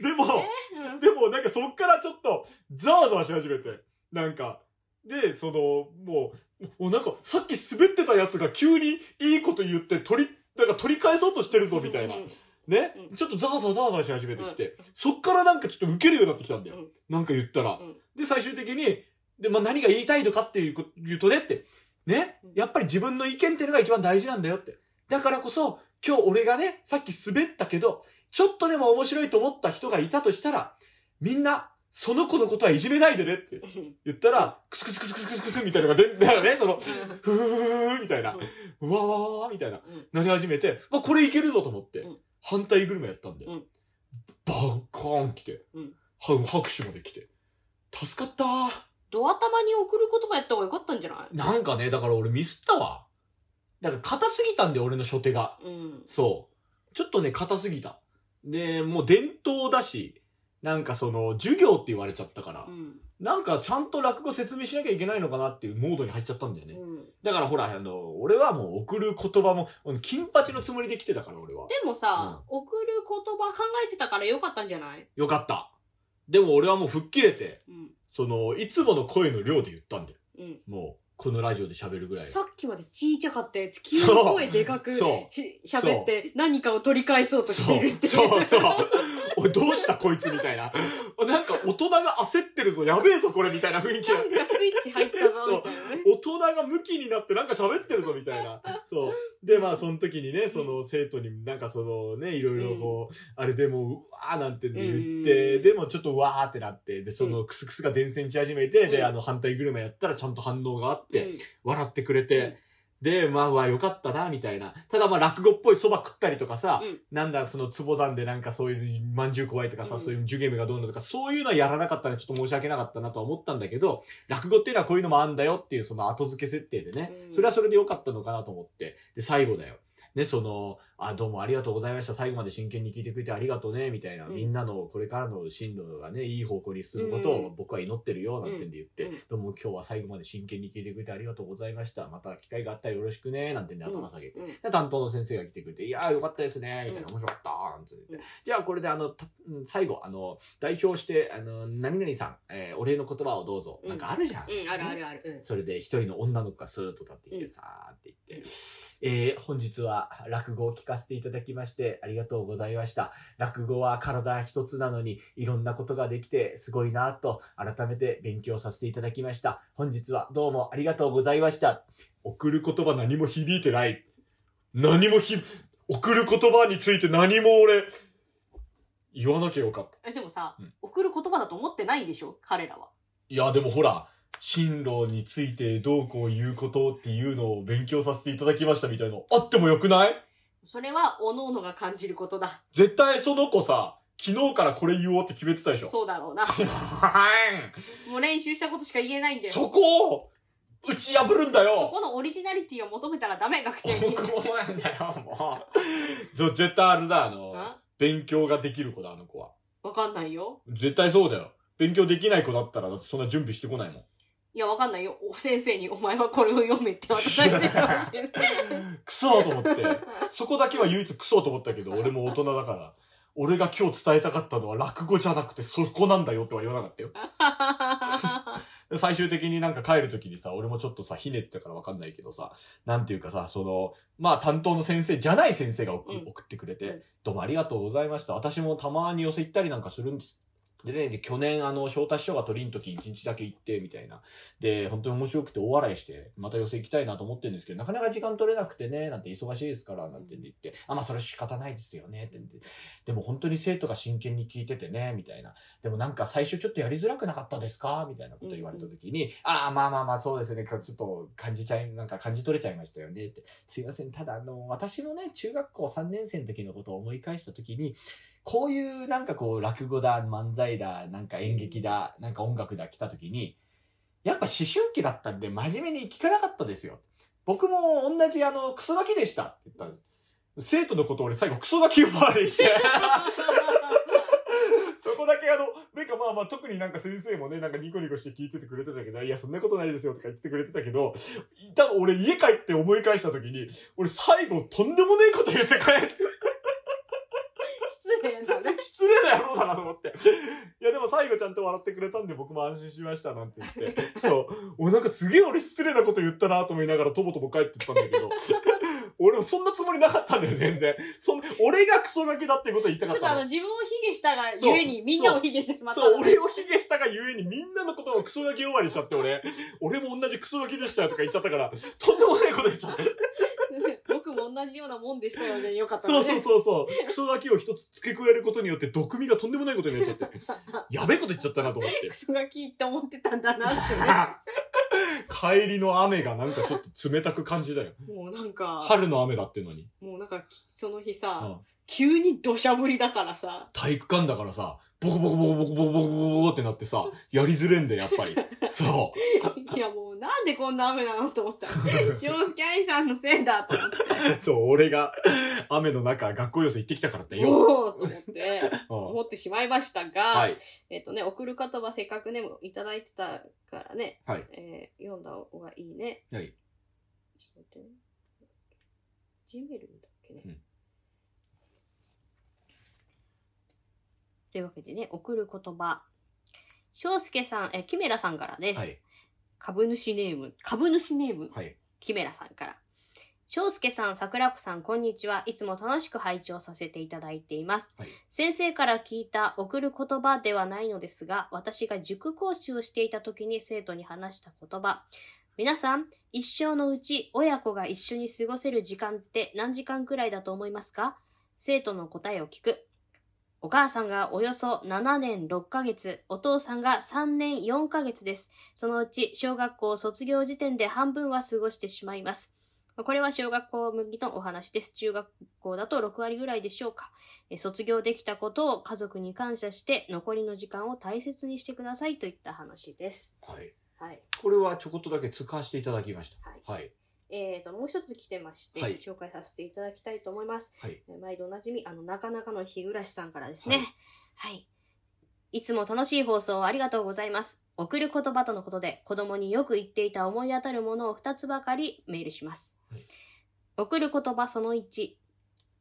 S1: でも、
S2: うん
S1: でもなんかそっからちょっと、ざわざわし始めて、なんか、で、その、もう、おなんか、さっき滑ってたやつが急にいいこと言って、取り、なんか取り返そうとしてるぞみたいな
S2: う。ん
S1: ね、
S2: うん
S1: ちょっとざわざわざわざわし始めてきて、そっからなんかちょっとウケるようになってきたんだよ。
S2: うん
S1: なんか言ったら。
S2: うん
S1: で、最終的に、で、まあ、何が言いたいのかっていうこ言うとねって、ね
S2: うん、
S1: やっぱり自分の意見っていうのが一番大事なんだよって。だからこそ、今日俺がね、さっき滑ったけど、ちょっとでも面白いと思った人がいたとしたら、みんな、その子のことはいじめないでねって
S2: うん
S1: 言ったら、クスクスクスクスクスクスみたいなのが出だよね、その、
S2: うん
S1: ふふふふふみたいな、うわわわわみたいな、なり始めて、あ、これいけるぞと思って、
S2: うん
S1: 反対グルメやったんで、
S2: うん
S1: バンコーン来て、
S2: うん
S1: は拍手まで来て、助かったー
S2: ドア玉に送る言葉やった方がよかったんじゃな
S1: なんかね、だから俺ミスったわ。だから硬すぎたんで、俺の初手が。
S2: いうん。
S1: そう。ちょっとね、硬すぎた。で、もう伝統だし、なんかその、授業って言われちゃったから
S2: う、ん。
S1: なんかちゃんと落語説明しなきゃいけないのかなっていうモードに入っちゃったんだよ
S2: う
S1: ね。
S2: ん。
S1: だからほら、あの、俺はもう送る言葉も、金八のつもりで来てたから俺は。
S2: でもさ、送る言葉考えてたからよかったんじゃない
S1: よかった。でも俺はもう吹っ切れて、
S2: うん。
S1: その、いつもの声の量で言ったんだよ。
S2: うん。
S1: もう、このラジオで喋るぐらい。
S2: さっきまでちいちゃかったやつ、急に声でかく
S1: そう
S2: し喋って何かを取り返そうとしてるって。
S1: そうそうそう。おい、どうしたこいつみたいな。なんか大人が焦ってるぞ、やべえぞこれみたいな雰囲気。
S2: なんかスイッチ入ったぞ、みたいな ね。
S1: 大人が向きになってなんか喋ってるぞみたい な。そう。で、まあ、その時にね、その生徒になんかそのね、いろいろこう、あれでもう、うわーなんて言って、
S2: うん
S1: でもちょっとうわーってなって、で、そのクスクスが伝染し始めて、
S2: う
S1: で、
S2: ん
S1: あの反対車やったらちゃんと反応があっ
S2: う
S1: て、
S2: ん
S1: 笑ってくれて、で、まあまあよかったな、みたいな。ただまあ落語っぽい蕎麦食ったりとかさ、
S2: うん
S1: なんだ、その壺山でなんかそういうまんじゅう怖いとかさ、
S2: うん
S1: そういうジュゲムがどうのとか、そういうのはやらなかったらちょっと申し訳なかったなとは思ったんだけど、落語っていうのはこういうのもあんだよっていうその後付け設定でね、
S2: うん
S1: それはそれでよかったのかなと思って、で、最後だよ。ね、その、あ、どうもありがとうございました。最後まで真剣に聞いてくれてありがとうね、みたいな、
S2: うん
S1: みんなのこれからの進路がね、いい方向に進むこと
S2: う
S1: を僕は祈ってるよ、なんてんで言って、
S2: うんうん
S1: どうも今日は最後まで真剣に聞いてくれてありがとうございました。また機会があったらよろしくね、なんてんで頭下げて。
S2: うん
S1: で担当の先生が来てくれて、いやーよかったですね、みたいな、
S2: うん
S1: 面白かったー、なんつって
S2: うん。
S1: じゃあこれであの、たうん最後、あの、代表して、あの、何々さん、えーお礼の言葉をどうぞ。
S2: うん
S1: なんかあるじゃん。
S2: うん、あるあるある。うん
S1: それで一人の女の子がスーッと立ってき
S2: う
S1: て
S2: ん
S1: さーって言って、えー本日は落語を聞かせていただきましてありがとうございました。落語は体一つなのにいろんなことができてすごいなぁと改めて勉強させていただきました。本日はどうもありがとうございました。送る言葉何も響いてない。何もひ、送る言葉について何も俺、言わなきゃよかった。
S2: え、でもさ
S1: うん、
S2: 送る言葉だと思ってないでしょ彼らは。
S1: いや、でもほら、進路についてどうこう言うことっていうのを勉強させていただきましたみたいな、あってもよくない
S2: それは、おのおのが感じることだ。
S1: 絶対その子さ、昨日からこれ言おうって決めてたでしょ。
S2: そうだろうな。
S1: は
S2: もう練習したことしか言えないんだ
S1: い
S2: よ。
S1: そこを打ち破るんだ
S2: そ
S1: よ
S2: このオリジナリティを求めたらダメ、学生に。
S1: 僕なんだよ、もう。そう絶対あれだ、あの、
S2: あ
S1: 勉強ができる子だ、あの子は。
S2: わかんないよ。
S1: 絶対そうだよ。勉強できない子だったら、だってそんな準備してこないもん。
S2: いや、わかんないよ。お先生にお前はこれを読めって渡されてるかもし れない。
S1: クソと思って、そこだけは唯一クソと思ったけど、俺も大人だから、俺が今日伝えたかったのは落語じゃなくてそこなんだよとは言わなかったよ。最終的になんか帰る時にさ、俺もちょっとさ、ひねってたからわかんないけどさ、なんていうかさ、その、まあ担当の先生じゃない先生が送,、
S2: うん
S1: 送ってくれて、
S2: うん
S1: どうもありがとうございました。私もたまに寄せ行ったりなんかするんです。でね、で去年あの、昇太師匠が取りん時一日だけ行って、みたいな。で、本当に面白くて大笑いして、また寄せ行きたいなと思ってるんですけど、なかなか時間取れなくてね、なんて忙しいですから、なんて言って、あ、まあそれ仕方ないですよね、って言って。でも本当に生徒が真剣に聞いててね、みたいな。でもなんか最初ちょっとやりづらくなかったですかみたいなこと言われた時に、ああ、まあまあまあそうですね、かちょっと感じちゃい、なんか感じ取れちゃいましたよねって。すいません、ただあの、私もね、中学校3年生の時のことを思い返した時に、こういうなんかこう落語だ、漫才だ、なんか演劇だ、なんか音楽だ来た時に、やっぱ思春期だったんで真面目に聞かなかったですよ。僕も同じあの、クソガキでしたって言ったんです。生徒のことを俺最後クソガキ呼ばわりして。そこだけあの、なんかまあまあ特になんか先生もね、なんかニコニコして聞いててくれてたけど、いやそんなことないですよとか言ってくれてたけど、多分俺家帰って思い返した時に、俺最後とんでもねえこと言って帰って、
S2: 失礼だね。
S1: 失礼な野郎だなと思って。いやでも最後ちゃんと笑ってくれたんで僕も安心しましたなんて言って。そう。俺なんかすげえ俺失礼なこと言ったなと思いながらとぼとぼ帰ってったんだけど、俺もそんなつもりなかったんだよ全然。そん俺がクソガキだってことを言いた
S2: ち
S1: か
S2: ょ
S1: っ
S2: ったと
S1: の
S2: あの、自分を卑下したがゆえに、みんなを卑下してしまった。
S1: そう、俺を卑下したがゆえにみんなのことをクソガキ終わりにしちゃって俺、俺も同じクソガキでしたよとか言っちゃったから、とんでもないこと言っちゃった。
S2: 僕も同じようなもんでしたよね。よかった
S1: そ
S2: わ
S1: うそ
S2: ね。
S1: うそうそう。クソガキを一つ付け加えることによって毒味がとんでもないことになっちゃって、やべえこと言っちゃったなと思って
S2: ク。ソガキって思ってたんだなって ね。
S1: 帰りの雨がなんかちょっと冷たく感じだよ。
S2: もうなんか、
S1: 春の雨だってのに。
S2: もうなんかき、その日さ、
S1: うん
S2: 急に土砂降りだから さ、
S1: 体育館だからさ、ボコボコボコボコボコボコボコってなってさ、やりづれんだよやっぱり。そう。
S2: いやもうなんでこんな雨なのと思 った。塩助愛さんのせいだと思って。
S1: そう、俺が雨の中学校寄せ行ってきたからだよ。
S2: おおと思って、
S1: うん
S2: 思ってしまいましたが、
S1: はい
S2: えっ、とね、送る方はせっかくね、もういただいてたからね、
S1: はい
S2: えー読んだ方がいいね。
S1: はい
S2: ちょっと待ってね。ジメルだっけね。
S1: うん
S2: というわけでね、送る言葉。翔介さん、え、キメラさんからです。
S1: はい
S2: 株主ネーム、株主ネーム、
S1: はい
S2: キメラさんから。翔介さん、桜子さん、こんにちは。いつも楽しく拝聴させていただいています。
S1: はい
S2: 先生から聞いた送る言葉ではないのですが、私が塾講師をしていた時に生徒に話した言葉。皆さん、一生のうち親子が一緒に過ごせる時間って何時間くらいだと思いますか生徒の答えを聞く。お母さんがおよそ7年6ヶ月、お父さんが3年4ヶ月です。そのうち小学校卒業時点で半分は過ごしてしまいます。これは小学校向きのお話です。中学校だと6割ぐらいでしょうか。え卒業できたことを家族に感謝して、残りの時間を大切にしてくださいといった話です。
S1: はい。
S2: はい。
S1: これはちょこっとだけ使わせていただきました。
S2: はい。
S1: はい。
S8: えー、ともう一つ来てまして、
S1: はい
S8: 紹介させていただきたいと思います、
S1: はい
S8: えー毎度おなじみあのなかなかの日暮さんからですねはい、い、つも楽しい放送をありがとうございます送る言葉とのことで子供によく言っていた思い当たるものを2つばかりメールします、
S1: はい
S8: 送る言葉その1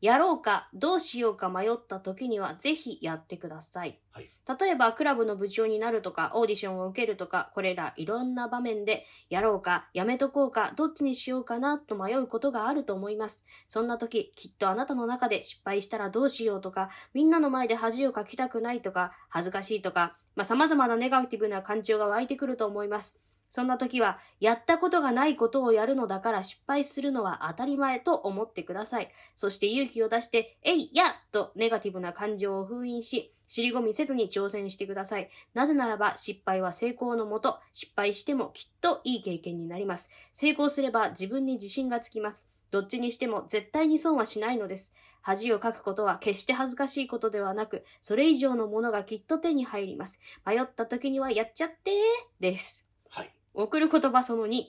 S8: やろうかどうしようか迷った時にはぜひやってください、
S1: はい
S8: 例えばクラブの部長になるとかオーディションを受けるとかこれらいろんな場面でやろうか、やめとこうか、どっちにしようかなと迷うことがあると思います。そんな時、きっとあなたの中で失敗したらどうしようとか、みんなの前で恥をかきたくないとか、恥ずかしいとか、まあ、様々なネガティブな感情が湧いてくると思います。そんな時は、やったことがないことをやるのだから失敗するのは当たり前と思ってください。そして勇気を出して、えいやとネガティブな感情を封印し、尻込みせずに挑戦してください。なぜならば失敗は成功のもと、失敗してもきっといい経験になります。成功すれば自分に自信がつきます。どっちにしても絶対に損はしないのです。恥をかくことは決して恥ずかしいことではなく、それ以上のものがきっと手に入ります。迷った時にはやっちゃってーです。
S1: はい。
S8: 送る言葉その2。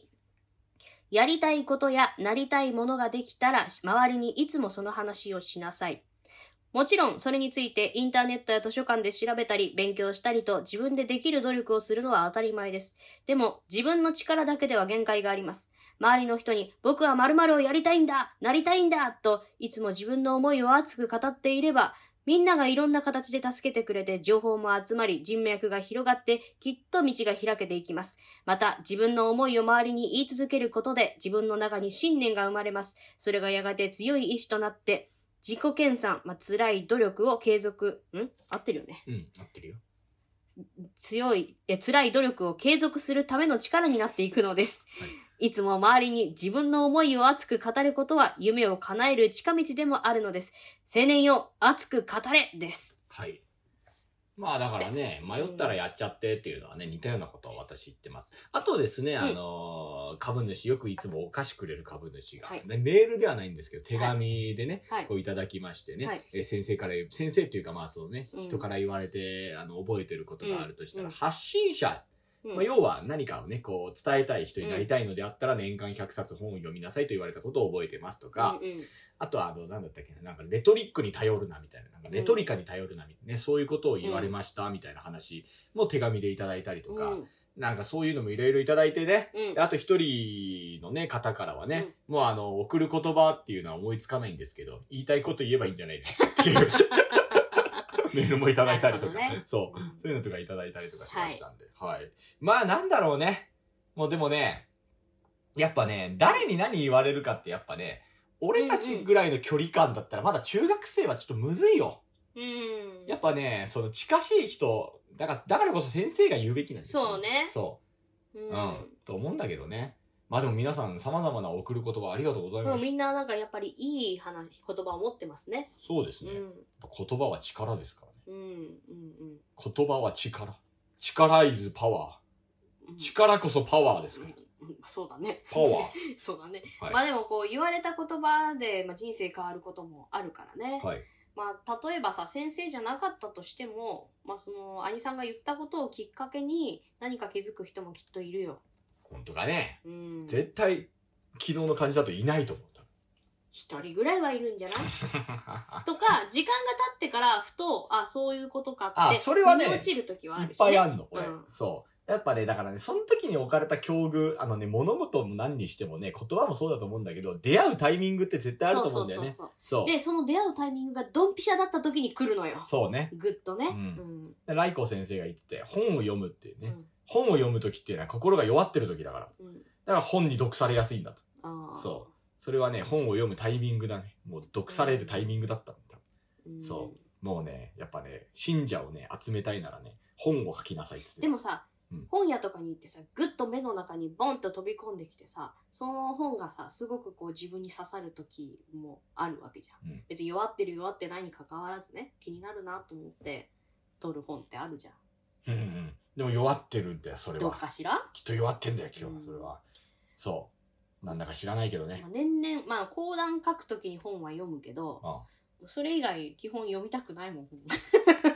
S8: やりたいことやなりたいものができたら、周りにいつもその話をしなさい。もちろん、それについてインターネットや図書館で調べたり、勉強したりと自分でできる努力をするのは当たり前です。でも、自分の力だけでは限界があります。周りの人に、僕は〇〇をやりたいんだなりたいんだと、いつも自分の思いを熱く語っていれば、みんながいろんな形で助けてくれて、情報も集まり、人脈が広がって、きっと道が開けていきます。また、自分の思いを周りに言い続けることで、自分の中に信念が生まれます。それがやがて強い意志となって、自己研鑽、まあ、辛い努力を継続、ん合ってるよね。
S1: うん、合ってるよ。
S8: 強い、え、辛い努力を継続するための力になっていくのです。いつも周りに自分の思いを熱く語ることは夢を叶える近道でもあるのです。青年よ、熱く語れです。
S1: はい。まあだからね、迷ったらやっちゃってっていうのはね、似たようなことを私言ってます。あとですね、あのー株主、よくいつもお菓子くれる株主が、
S8: はい
S1: ねメールではないんですけど、手紙でね、
S8: はい
S1: こ。ういただきましてね、
S8: はい
S1: えー先生から、先生っていうかまあそうね、
S8: うん
S1: 人から言われて、あの、覚えてることがあるとしたら、
S8: うん
S1: 発信者、
S8: うん
S1: まあ、要は何かをね、こう、伝えたい人になりたいのであったら、年間100冊本を読みなさいと言われたことを覚えてますとか、
S8: うんうん
S1: あとは、あの、なんだったっけな、なんか、レトリックに頼るな、みたいな、なんか、レトリカに頼るな、みたいなね、そういうことを言われました、みたいな話も手紙でいただいたりとか、
S8: うん
S1: なんかそういうのもいろいろいただいてね、
S8: うん
S1: あと一人のね、方からはね、もうあの、送る言葉っていうのは思いつかないんですけど、言いたいこと言えばいいんじゃない ですかっていうメールもいただいたりとか、
S8: なるほどね
S1: そう、そういうのとかいただいたりとかしましたんで、はい。まあなんだろうね。もうでもね、やっぱね、誰に何言われるかってやっぱね、俺たちぐらいの距離感だったらまだ中学生はちょっとむずいよ。
S8: うん。
S1: やっぱね、その近しい人、だから、だからこそ先生が言うべきなんですよ。
S8: そうね
S1: そう。
S8: うん
S1: うん、と思うんだけどね。まあでも皆さん様々な送る言葉ありがとうござい
S8: も
S1: ま
S8: うみ
S1: す。
S8: んななんかやっぱりいい話、言葉を持ってますね。
S1: そうです
S8: う
S1: ね。
S8: ん
S1: やっ。ぱ言葉は力ですからね。
S8: うん。うんうん。
S1: 言葉は力。力イズパワ
S8: うん
S1: ー。力こそパワーですから。
S8: うんうんそうだね。
S1: パワ
S8: そうだね。
S1: はい
S8: まあでもこう言われた言葉で、まあ、人生変わることもあるからね。
S1: ー。はい。
S8: まあ例えばさ、先生じゃなかったとしても、まあその、兄さんが言ったことをきっかけに何か気づく人もきっといるよ。
S1: 本当かね。
S8: うん。
S1: 絶対、昨日の感じだといないと思 った。
S8: 一人ぐらいはいるんじゃないとか、時間が経ってからふと、あ、そういうことかって、
S1: あそれはね
S8: 腑に落ちる時はあ
S1: い
S8: る
S1: っ
S8: し、ね。
S1: ぱいあんの、俺、
S8: うん
S1: そう。やっぱね、だからね、その時に置かれた境遇、あのね、物事も何にしてもね、言葉もそうだと思うんだけど、出会うタイミングって絶対あると思うんだよね。
S8: そうそう
S1: そう
S8: そう。で、その出会うタイミングがドンピシャだった時に来るのよ。
S1: そうね。
S8: ぐっとね。
S1: う
S8: うんん。
S1: でライコ先生が言ってて、本を読むっていうね、
S8: うん
S1: 本を読む時っていうのは心が弱ってる時だから。
S8: うん。
S1: だから本に読されやすいんだと。
S8: ああ。
S1: そう。それはね、本を読むタイミングだね。もう読されるタイミングだったんだ。
S8: うん
S1: そもうね、やっぱね、信者をね、集めたいならね、本を書きなさいっつって。
S8: でもさ、
S1: うん
S8: 本屋とかに行ってさぐっと目の中にボンと飛び込んできてさその本がさすごくこう自分に刺さる時もあるわけじゃん、
S1: うん
S8: 別に弱ってる弱ってないに関わらずね気になるなと思って取る本ってあるじゃん
S1: うんうん。でも弱ってるんだよ、それ
S8: どう
S1: は。
S8: かしら、ま
S1: きっと弱ってんだよ、今日
S8: う
S1: は、
S8: ん
S1: それは。そう。なんだか知らないけどね
S8: あ。年々まあ講談書く時に本は読むけど
S1: うん。
S8: それ以外基本読みたくないもん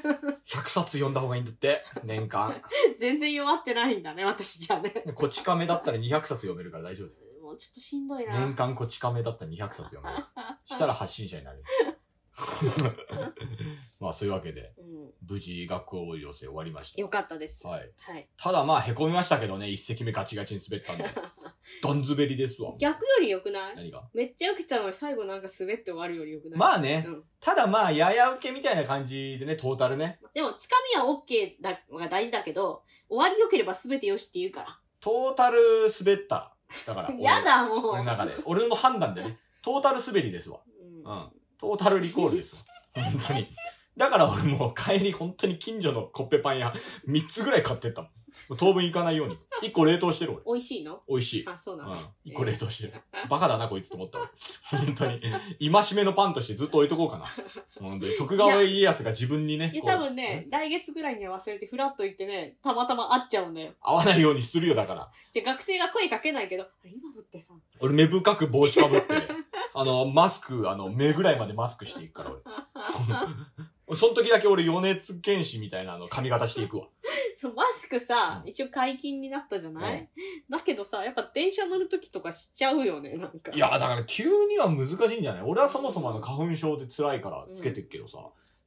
S1: 100冊読んだ方がいいんだって、年 間。
S8: 全然弱ってないんだね私じゃあね
S1: こち亀だったら200冊読めるから大丈夫だよ。
S8: も
S2: もうちょっとしんどいな。
S1: 年間こち亀だったら200冊読め る。したら発信者になる。 まあそういうわけで、
S2: うん、
S1: 無事学校を寄せ終わりまし
S2: よかったです。
S1: た。はい。
S2: はい。
S1: ただまあ凹みましたけどね、一席目ガチガチに滑ったん で。どんずべりですわ。
S2: 逆より良くない
S1: 何が
S2: めっちゃ受けたのに最後なんか滑って終わるより良くない
S1: まあね
S2: うん
S1: ただまあ、やや受けみたいな感じでね、トータルね。
S2: でも、つかみは OK だが大事だけど、終わり良ければ全てよしって言うか
S1: トータル滑った。だから
S2: ら。
S1: 俺、
S2: やだ、もう。
S1: 俺の中で。俺の判断でね、トータル滑りですわ。
S2: うん
S1: うん。トータルリコールですわ。本当に。だから俺もう帰り本当に近所のコッペパン屋3つぐらい買ってったもん。もう当分行かないように。1個冷凍してる俺。
S2: 美味しいの
S1: 美味しい。
S2: あ、そうな
S1: う
S2: の、
S1: ん。一個冷凍してる。バカだな、こいつと思ったわ。本当に。戒めのパンとしてずっと置いとこうかな。本当に。徳川家康が自分にね
S2: い、や、
S1: こう
S2: 多分ね、来月ぐらいには忘れてフラッと行ってね、たまたま会っちゃうんだよ。
S1: 合わないようにするよ、だから。
S2: じゃあ学生が声かけないけど、あれ今のってさ、
S1: 俺、目深く帽子かぶって、あの、マスク、あの、目ぐらいまでマスクしていくから、 俺。その時だけ俺、米津玄師みたいなあの髪型していくわ。
S2: そうマスクさ、一応解禁になったじゃない、だけどさ、やっぱ電車乗るときとかしちゃうよね、なんか。
S1: いや、だから急には難しいんじゃない俺はそもそもあの、花粉症で辛いからつけてるけどさ、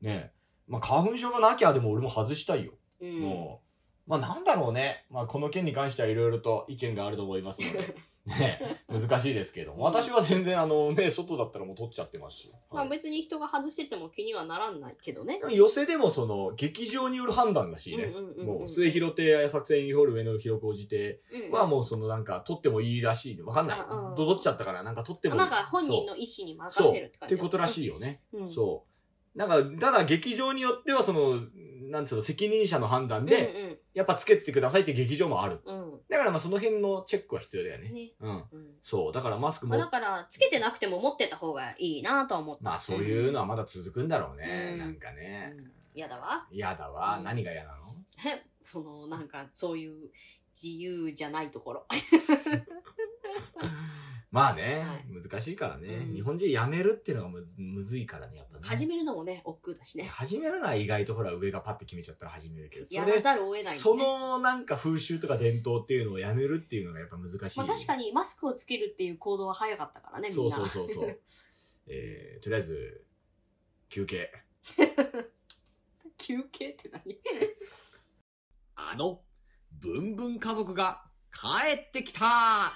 S1: ねえ。まあ、花粉症がなきゃでも俺も外したいよ。
S2: うん、
S1: もう、まあなんだろうね。まあこの件に関してはいろいろと意見があると思いますの で、ね、難しいですけども、私は全然あのね、外だったらもう取っちゃってますし。
S2: ま
S1: は
S2: あ別に人が外してても気にはならんないけどね。
S1: い、寄せでもその、劇場による判断らしいね。
S2: うんうんうんうん
S1: もう、末広亭や作戦イホール上野広小路亭
S2: うん
S1: はもうそのなんか、取ってもいいらしいね。わかんない
S2: あうん。
S1: どどっちゃったからなんか取ってもいい。
S2: なんか本人
S1: の
S2: の意思に任
S1: そう。
S2: せるって
S1: っ
S2: 感
S1: て
S2: じ。
S1: ことらしいよね。
S2: うん。
S1: そう。なんか、ただ劇場によっては、その、なんつうの、責任者の判断
S2: うん。
S1: で、やっぱつけてくださいって劇場もある。
S2: うんうん。
S1: だからまあその辺のチェックは必要だよ
S2: う
S1: ね。
S2: ん。ね。
S1: うん。
S2: うん。
S1: そう。だからマスク
S2: ま
S1: も
S2: あ、だから、つけてなくても持ってた方がいいなとは思った。
S1: まあそういうのはまだ続くんだろうね。
S2: うん
S1: なんかね。
S2: 嫌だわ。
S1: 嫌だわ。
S2: うん
S1: 何が嫌なの
S2: え、その、なんか、そういう自由じゃないところ。
S1: まあね、
S2: はい
S1: 難しいからね。
S2: うん
S1: 日本人辞めるっていうのがむずむずいからね、やっぱね。
S2: 始めるのもね、億劫だしね。
S1: 始めるのは意外とほら上がパッて決めちゃったら始めるけど、
S2: やらざるを得ない、ね。
S1: そ、のなんか風習とか伝統っていうのをやめるっていうのがやっぱ難しいよね。
S2: まあ、確かにマスクをつけるっていう行動は早かったからね、みん
S1: そう
S2: な。
S1: そうそう そう。えー、とりあえず、休憩。
S2: 休憩って何
S9: あの、ブンブン家族が帰ってきた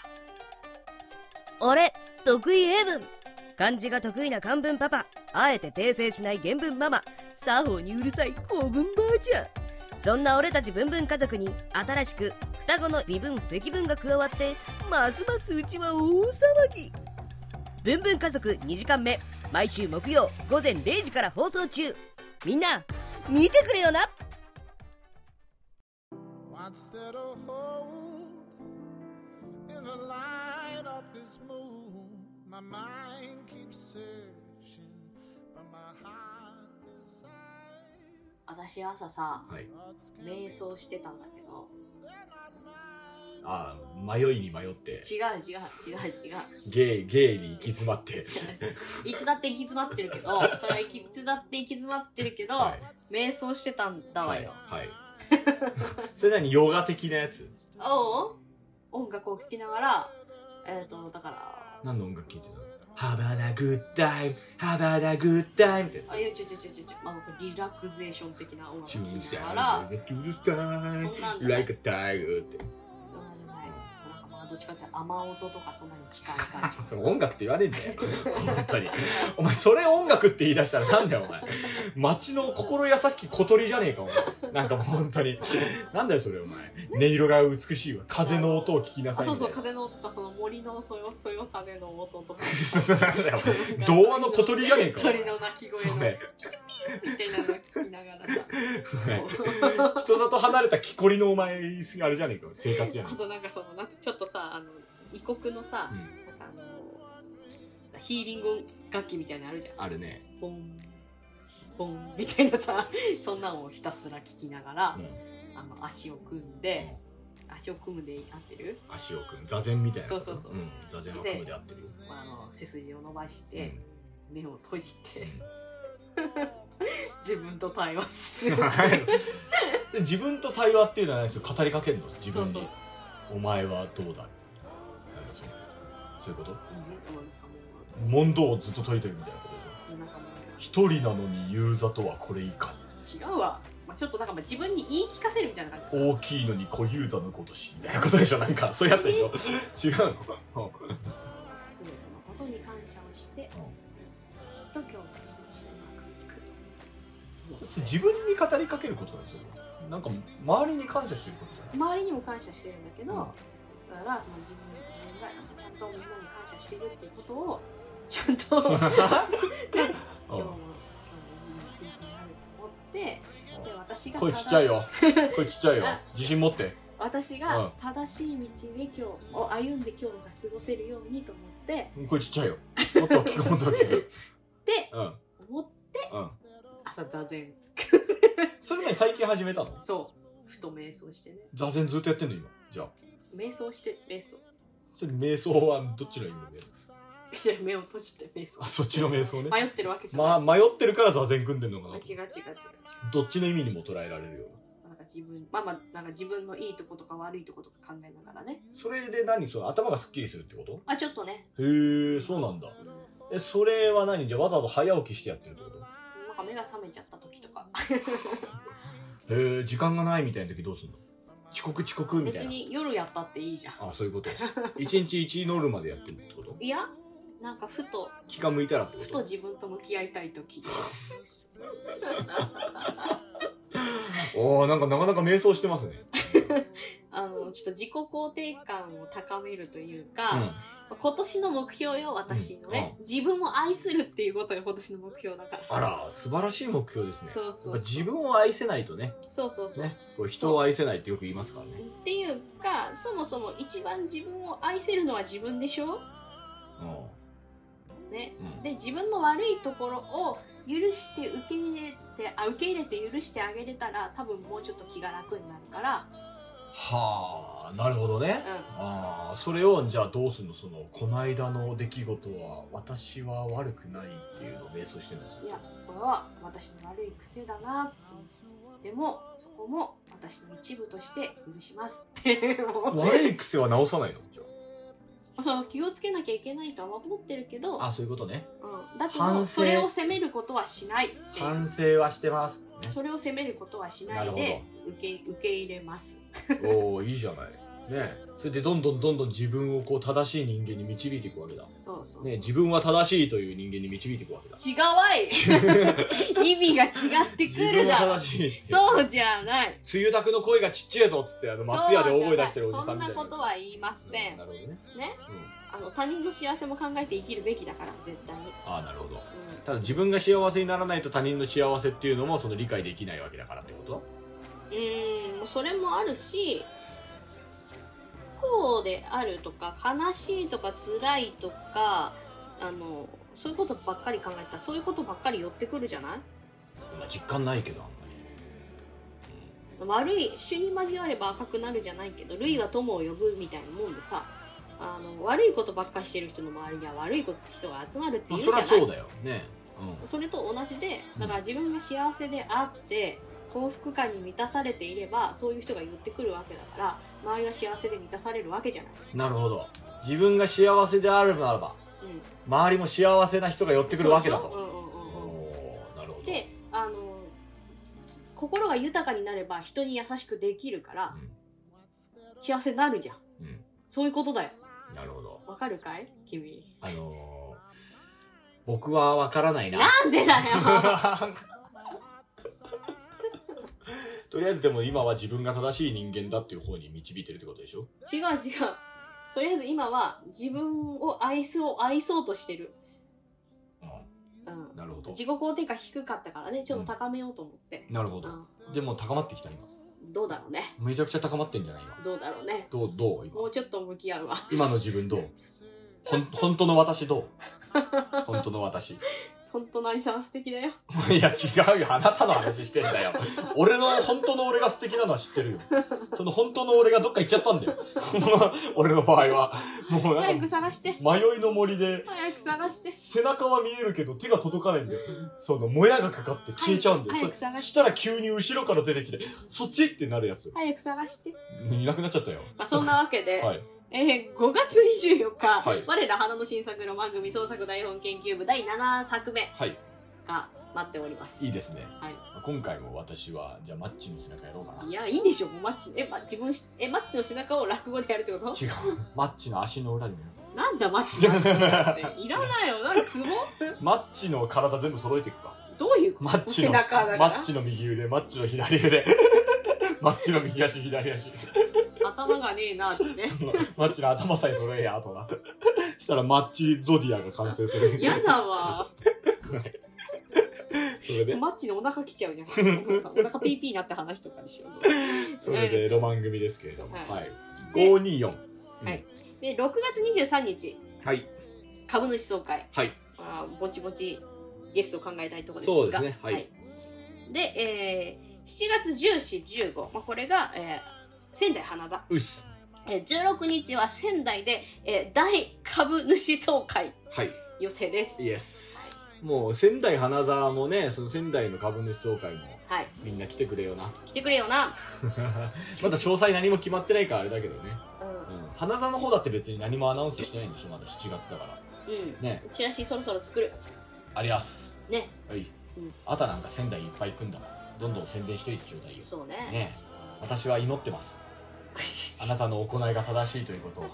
S8: あれ得意英文漢字が得意な漢文パパあえて訂正しない原文ママ作法にうるさい古文ばあちゃんそんな俺たち文文家族に新しく双子の微分積分が加わってますますうちは大騒ぎ文文家族2時間目毎週木曜午前0時から放送中みんな見てくれよな
S6: What's there to hold in the light of this moon? My mind keeps searching, but my heart decides
S2: 私朝さ、
S1: はい。
S6: what's gonna
S2: 瞑想してたんだけど、
S6: be. They're not mine.
S1: ああ、迷いに迷って、
S2: 違う違う違う違う。
S1: ゲイ、ゲイに行き詰ま って。
S2: いつだって行き詰まってるけど、それはいつだって行き詰まってるけど、
S1: はい
S2: 瞑想してたんだわよ。
S1: はい。 それなにヨガ的なやつ
S2: おう音楽を聴きながら、えっ、と、だから、
S1: 何の音楽聴いてたの ?Have a good time, have a good time ってや
S2: あ、いや、ちょちょちょちょちょ、まあ、僕リラクゼーション的な音楽を
S1: つ。
S2: 聴きながら、
S1: Choose to the sky,
S2: そんなんじゃない
S1: like a tiger って。
S2: そうなんじゃないなんかまあ、どっちかっていうと雨音とかそんなに近い感じ。
S1: それ音楽って言わねえんだよ。本当に。お前、それ音楽って言い出したらなんだよ、お前。街の心優しき小鳥じゃねえか、お前。なんかもう本当に。なんだよ、それ、お前。音色が美しいわ。風の音を聞きなさ
S2: あ、
S1: い
S2: そう
S1: みたいう
S2: そ、
S1: な。
S2: 風の音とか、その森のそよそよ風の音とか、
S1: なんだよ、 童話の小鳥じゃねえか。お前
S2: 鳥の鳴き声の、
S1: そ
S2: ピュ
S1: れ
S2: ピュみたいなのを聞きながらさ。
S1: 人里離れた木こりのお前、あれじゃねえか、生活じゃね
S2: あとなんかそのなんてちょっとさあの異国のさ、
S1: うん
S2: なんかあのヒーリング楽器みたいなのあるじゃん
S1: あるね。
S2: ボンボンみたいなさ そんなのをひたすら聞きながら、あの足を組んで、足を組むで合ってる、
S1: 足を組む。座禅みたいなこと。。
S2: そうそうそうん
S1: 座禅は組むで合ってるよ。
S2: まあ、あの背筋を伸ばし
S1: うん
S2: て、目を閉じて、
S1: うん
S2: 自分と対話す る
S1: それ自分と対話っていうのは何ですか語りかけるの自分に
S2: そうそう
S1: お前はどうだなんかそのそういうこと
S2: もうなんかもう
S1: 問答をずっと解いてるみたいなことでしょ
S2: もうなんかもう
S1: 一人なのにユーザーとはこれいかに
S2: 違うわ、まあ、ちょっとなんかまあ自分に言い聞かせるみたいな感じ
S1: 大きいのに小ユーザーのことしみたいなことでしょなんかそういうやつで しょ違うの
S2: 全てのことに感謝をしてきっと今日も一日うまくいくと
S1: それ自分に語りかけることなんですよなんか周りに感謝してることじゃない
S2: 周りにも感謝してるんだけど、だからその自分自分がちゃんとみんなに感謝してるっていうことをちゃ んとね今日も今日もいい一日になると思ってで私が
S1: 声ちっちゃい
S2: 正
S1: よ声ちっちゃいよ自信持って
S2: 私
S1: うん
S2: が正しい道で今日を歩んで今日が過ごせるようにと思って
S1: 声ちっちゃいよもっと大きくもっと大きく
S2: で
S1: うん
S2: 思って
S1: うん
S2: 朝座禅
S1: それね最近始めたの
S2: そうふと瞑想してね
S1: 座禅ずっとやってんの今じゃあ
S2: 瞑想して瞑想
S1: それ瞑想はどっちの意味で
S2: いや目を閉じて瞑想
S1: あ そっちの瞑想ね
S2: 迷ってるわけじゃない、
S1: まあ迷ってるから座禅組んでんのかな
S2: 違う違う違う違う
S1: どっちの意味にも捉えられるよ
S2: なんか自分、まあまあ、なんか自分のいいとことか悪いとことか考えながらね。
S1: それで何その頭がすっきりするってこと
S2: あ、ちょっとね、
S1: へえそうなんだ
S2: うん
S1: えそれは何じゃあわざわざ早起きしてやってるってこと
S2: なんか目が覚めちゃった時とか、
S1: へえ時間がないみたいな時どうすんの遅刻遅刻みた
S2: 別
S1: いな
S2: に夜やったっていいじゃん。
S1: あそういうこと 一日一ノルマでやってるってこと
S2: いや、なんかふと、
S1: 気が向いたらって
S2: ふ
S1: こと
S2: 自分と向き合いたい時。
S1: とおおなんかなかなか瞑想してますね
S2: あの、ちょっと自己肯定感を高めるという
S1: う
S2: か、
S1: ん
S2: 今年の目標よ、私のね。自分を愛するっていうことが今年の目標だから。
S1: あら素晴らしい目標ですね
S2: そう
S1: やっ
S2: そう
S1: ぱ
S2: そう。
S1: 自分を愛せないとね
S2: そうそうそう。
S1: ねこう人を愛せないってよく言いますからね
S2: っていうか、そもそも一番自分を愛せるのは自分でしょね、
S1: うん
S2: で自分の悪いところを許して受け入れてあ受け入れて許してあげれたら多分もうちょっと気が楽になるから、
S1: はあなるほどね
S2: う
S1: ああそれをじゃあどうすんのそのこの間の出来事は私は悪くないっていうのを瞑想してるんです
S2: ん、いやこれは私の悪い癖だなってでもそこも私の一部として許しますっていうも
S1: 悪い癖は直さないのじゃ
S2: うそう気をつけなきゃいけないとは思ってるけど、
S1: ああそういうことね
S2: うん、だけ
S1: 反
S2: ど
S1: 省
S2: それを責めることはしないっていう
S1: 反省はしてます
S2: それを責めることはしな
S1: な
S2: い
S1: る
S2: で受け受け入れます
S1: ねおおいいじゃないねそれでどんどんどんどん自分をこう正しい人間に導いていくわけだ
S2: そうそうそう
S1: ね自分は正しいという人間に導いていくわけだ
S2: 違 わい意味が違って
S1: 自
S2: くる
S1: 分は
S2: だろ
S1: 正しいって
S2: そうじゃない。
S1: 梅雨だくの声がちっちゃいぞっつってあの松屋で大声出してるおじ
S2: そ
S1: さん
S2: う
S1: みたい
S2: じゃないそんな
S1: な
S2: ことは言いませ
S1: うん
S2: ん。
S1: なるほどね、
S2: ね、
S1: うん、
S2: あの他人の幸せも考えて生きるべきだから絶対に。
S1: ああなるほどただ自分が幸せにならないと他人の幸せっていうのもその理解できないわけだからってこと
S2: うん、うんそれもあるし、不幸であるとか悲しいとか辛いとかあのそういうことばっかり考えたらそういうことばっかり寄ってくるじゃない？
S1: まあ実感ないけどあんまり
S2: 悪い主に交われば赤くなるじゃないけど類は友を呼ぶみたいなもんでさあの悪いことばっかりしてる人の周りには悪いこと人が集まるって
S1: ま
S2: い
S1: あ
S2: うじ
S1: そ
S2: ゃ
S1: り
S2: な
S1: ゃ
S2: い、
S1: そうだよね
S2: それと同じでだから自分が幸せであって幸福感に満たされていればそういう人が寄ってくるわけだから周りは幸せで満たされるわけじゃない、
S1: うんなるほど自分が幸せであるならば
S2: うん、
S1: 周りも幸せな人が寄ってくるわけだ
S2: そうでし
S1: と
S2: ょうんうんうんうん
S1: おーなるほど
S2: であの心が豊かになれば人に優しくできるから、幸せになるじゃん、
S1: うん
S2: そういうことだよ
S1: なるほど
S2: わかるかい 君
S1: あのー、僕は分からないな
S2: なんでだよ
S1: とりあえずでも今は自分が正しい人間だっていう方に導いてるってことでしょ
S2: 違う違うとりあえず今は自分を愛そう愛そうとしてる、うん、
S1: なるほど
S2: 自己肯定感低かったからねちょっと高めようと思って、
S1: なるほ
S2: う
S1: どでも高まってきた今
S2: んどうだろうね
S1: めちゃくちゃ高まってんじゃない今
S2: どうだろうね
S1: どうどう今
S2: もうちょっと向き合うわ
S1: 今の自分どうほん本当の私 どう本当の私い
S2: 本当の愛さんは素敵だよ
S1: や違うよあなたの話してんだよ俺の本当の俺が素敵なのは知ってるよその本当の俺がどっか行っちゃったんだよ 俺の場合はもうな
S2: 早
S1: ん
S2: く
S1: か
S2: 探して
S1: 迷いの森で
S2: 早く探して
S1: 背中は見えるけど手が届かないんだよそのもやがかかって消えちゃうんだよ
S2: 早く
S1: そ
S2: 早く探して
S1: したら急に後ろから出てきてそっちってなるやつ
S2: 早く探して、
S1: いなくなっちゃったよ
S2: まあ、そんなわけで、
S1: はい
S2: えー、5月24日、
S1: はい
S2: 我ら花の新作の番組創作台本研究部第7作目
S1: はい
S2: が待っております。
S1: いいですね
S2: は、
S1: 今回も私はじゃあマッチの背中やろうかない
S2: いや、いいでしょ、もうマッチ。え、ま、自分し、え、マッチの背中を落語でやるってこと
S1: 違う マッチの足の裏に
S2: なんだ、マッチの背中って。いらないよ、なんかツボ
S1: マッチの体全部揃えていくか
S2: どういうこと
S1: マッチ
S2: 背
S1: の
S2: 中だ
S1: マッ
S2: から
S1: チの右腕マッチの左腕 マッチの右足左足
S2: 頭がねえな、つって。
S1: マッチの頭さえ揃えやあとなしたらマッチゾディアが完成する
S2: やだわ。
S1: それで
S2: マッチのお腹きちゃうじゃ ん。お腹ピーピーなって話とかでしょ。
S1: それでロマン組ですけれども
S2: はい
S1: はい
S2: で
S1: 524
S2: で、6月23日、
S1: はい
S2: 株主総会。
S1: はい
S2: まあ、ぼちぼちゲストを考えたいところですが
S1: そうですねはい
S2: で、えー7月14、15、まあ、これが、えー仙台花座、
S1: うっす
S2: えー16日は仙台で、えー大株主総会
S1: はい
S2: 予定です
S1: イエスもう仙台花沢もねその仙台の株主総会も
S2: はい
S1: みんな来てくれよな
S2: 来てくれよな、
S1: まだ詳細何も決まってないからあれだけどね、
S2: うん
S1: うん、花沢の方だって別に何もアナウンスしてないんでしょまだ7月だから
S2: うん、
S1: ね
S2: チラシそろそろ作る
S1: あります
S2: ね
S1: はい、
S2: うん
S1: あたなんか仙台いっぱい行くんだからどんどん宣伝しといてちょうだいよ
S2: そうね
S1: ね私は祈ってます あなたの行いが正しいということを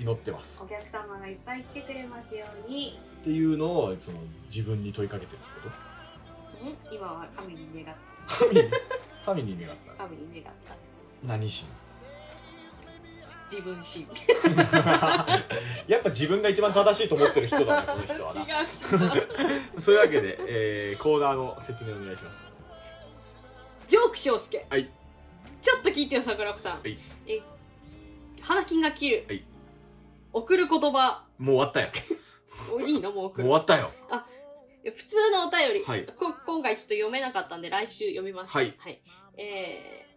S1: 祈ってます
S2: お客様がいっぱい来てくれますように
S1: っていうのをその自分に問いかけてるってこ
S2: ん今は神に願っ
S1: と神に神に目がつ
S2: た神に願った
S1: 何し
S2: 自分神違う
S1: やっぱ自分が一番正しいと思ってる人だねこの人はなそういうわけで、えーコーナーの説明お願いします
S2: ジョーク翔介
S1: はい
S2: ちょっと聞いてよ桜子さん、
S1: い
S2: え花金が切る、
S1: はい
S2: 送る言葉
S1: もう終わ ったよ
S2: おいいのもう
S1: もう
S2: 送る
S1: 終わったよ
S2: 普通のお便り、
S1: はい
S2: こ今回ちょっと読めなかったんで来週読みます
S1: はい
S2: えー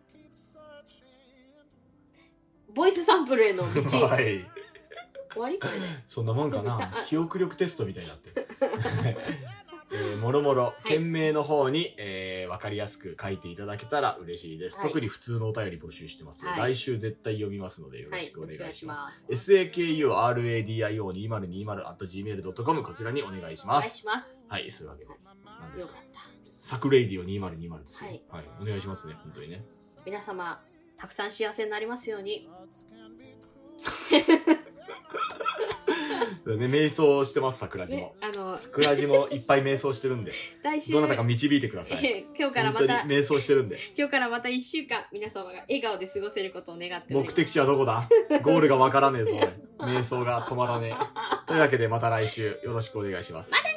S2: ボイスサンプルへの道 終
S1: はい
S2: わりこれで
S1: そんなもんか
S2: ちょっと
S1: な
S2: あ
S1: 記憶力テストみたいになって るえーもろもろ
S2: い
S1: 件名の方に、え分かりやすく書いていただけたら嬉しいです、
S2: はい
S1: 特に普通のお便り募集してます、
S2: はい
S1: 来週絶対読みますのでよろしくお願いします、
S2: はいお願いします
S1: sakuradio2020.gmail.com こちらにお願いし
S2: お
S1: ま
S2: 願い
S1: す
S2: します
S1: はいそういうわけで何で
S2: よ
S1: す
S2: か
S1: か
S2: った
S1: サクレイディオ2020ですよ
S2: はい、
S1: はい、お願いしますね本当にね
S2: 皆様たくさん幸せになりますように
S1: ね瞑想してます桜地
S2: ね
S1: も
S2: あの
S1: 桜地もいっぱい瞑想してる んで
S2: 来週
S1: どなたか導いてください
S2: 今日から
S1: 本
S2: ま
S1: 当に
S2: た
S1: 瞑想してるん で
S2: 今日からまた1週間皆様が笑顔で過ごせることを願っており
S1: 目
S2: ます
S1: 的地はどこ だゴールがわからねえぞ俺瞑想が止まらねえというわけでまた来週よろしくお願いしますまたね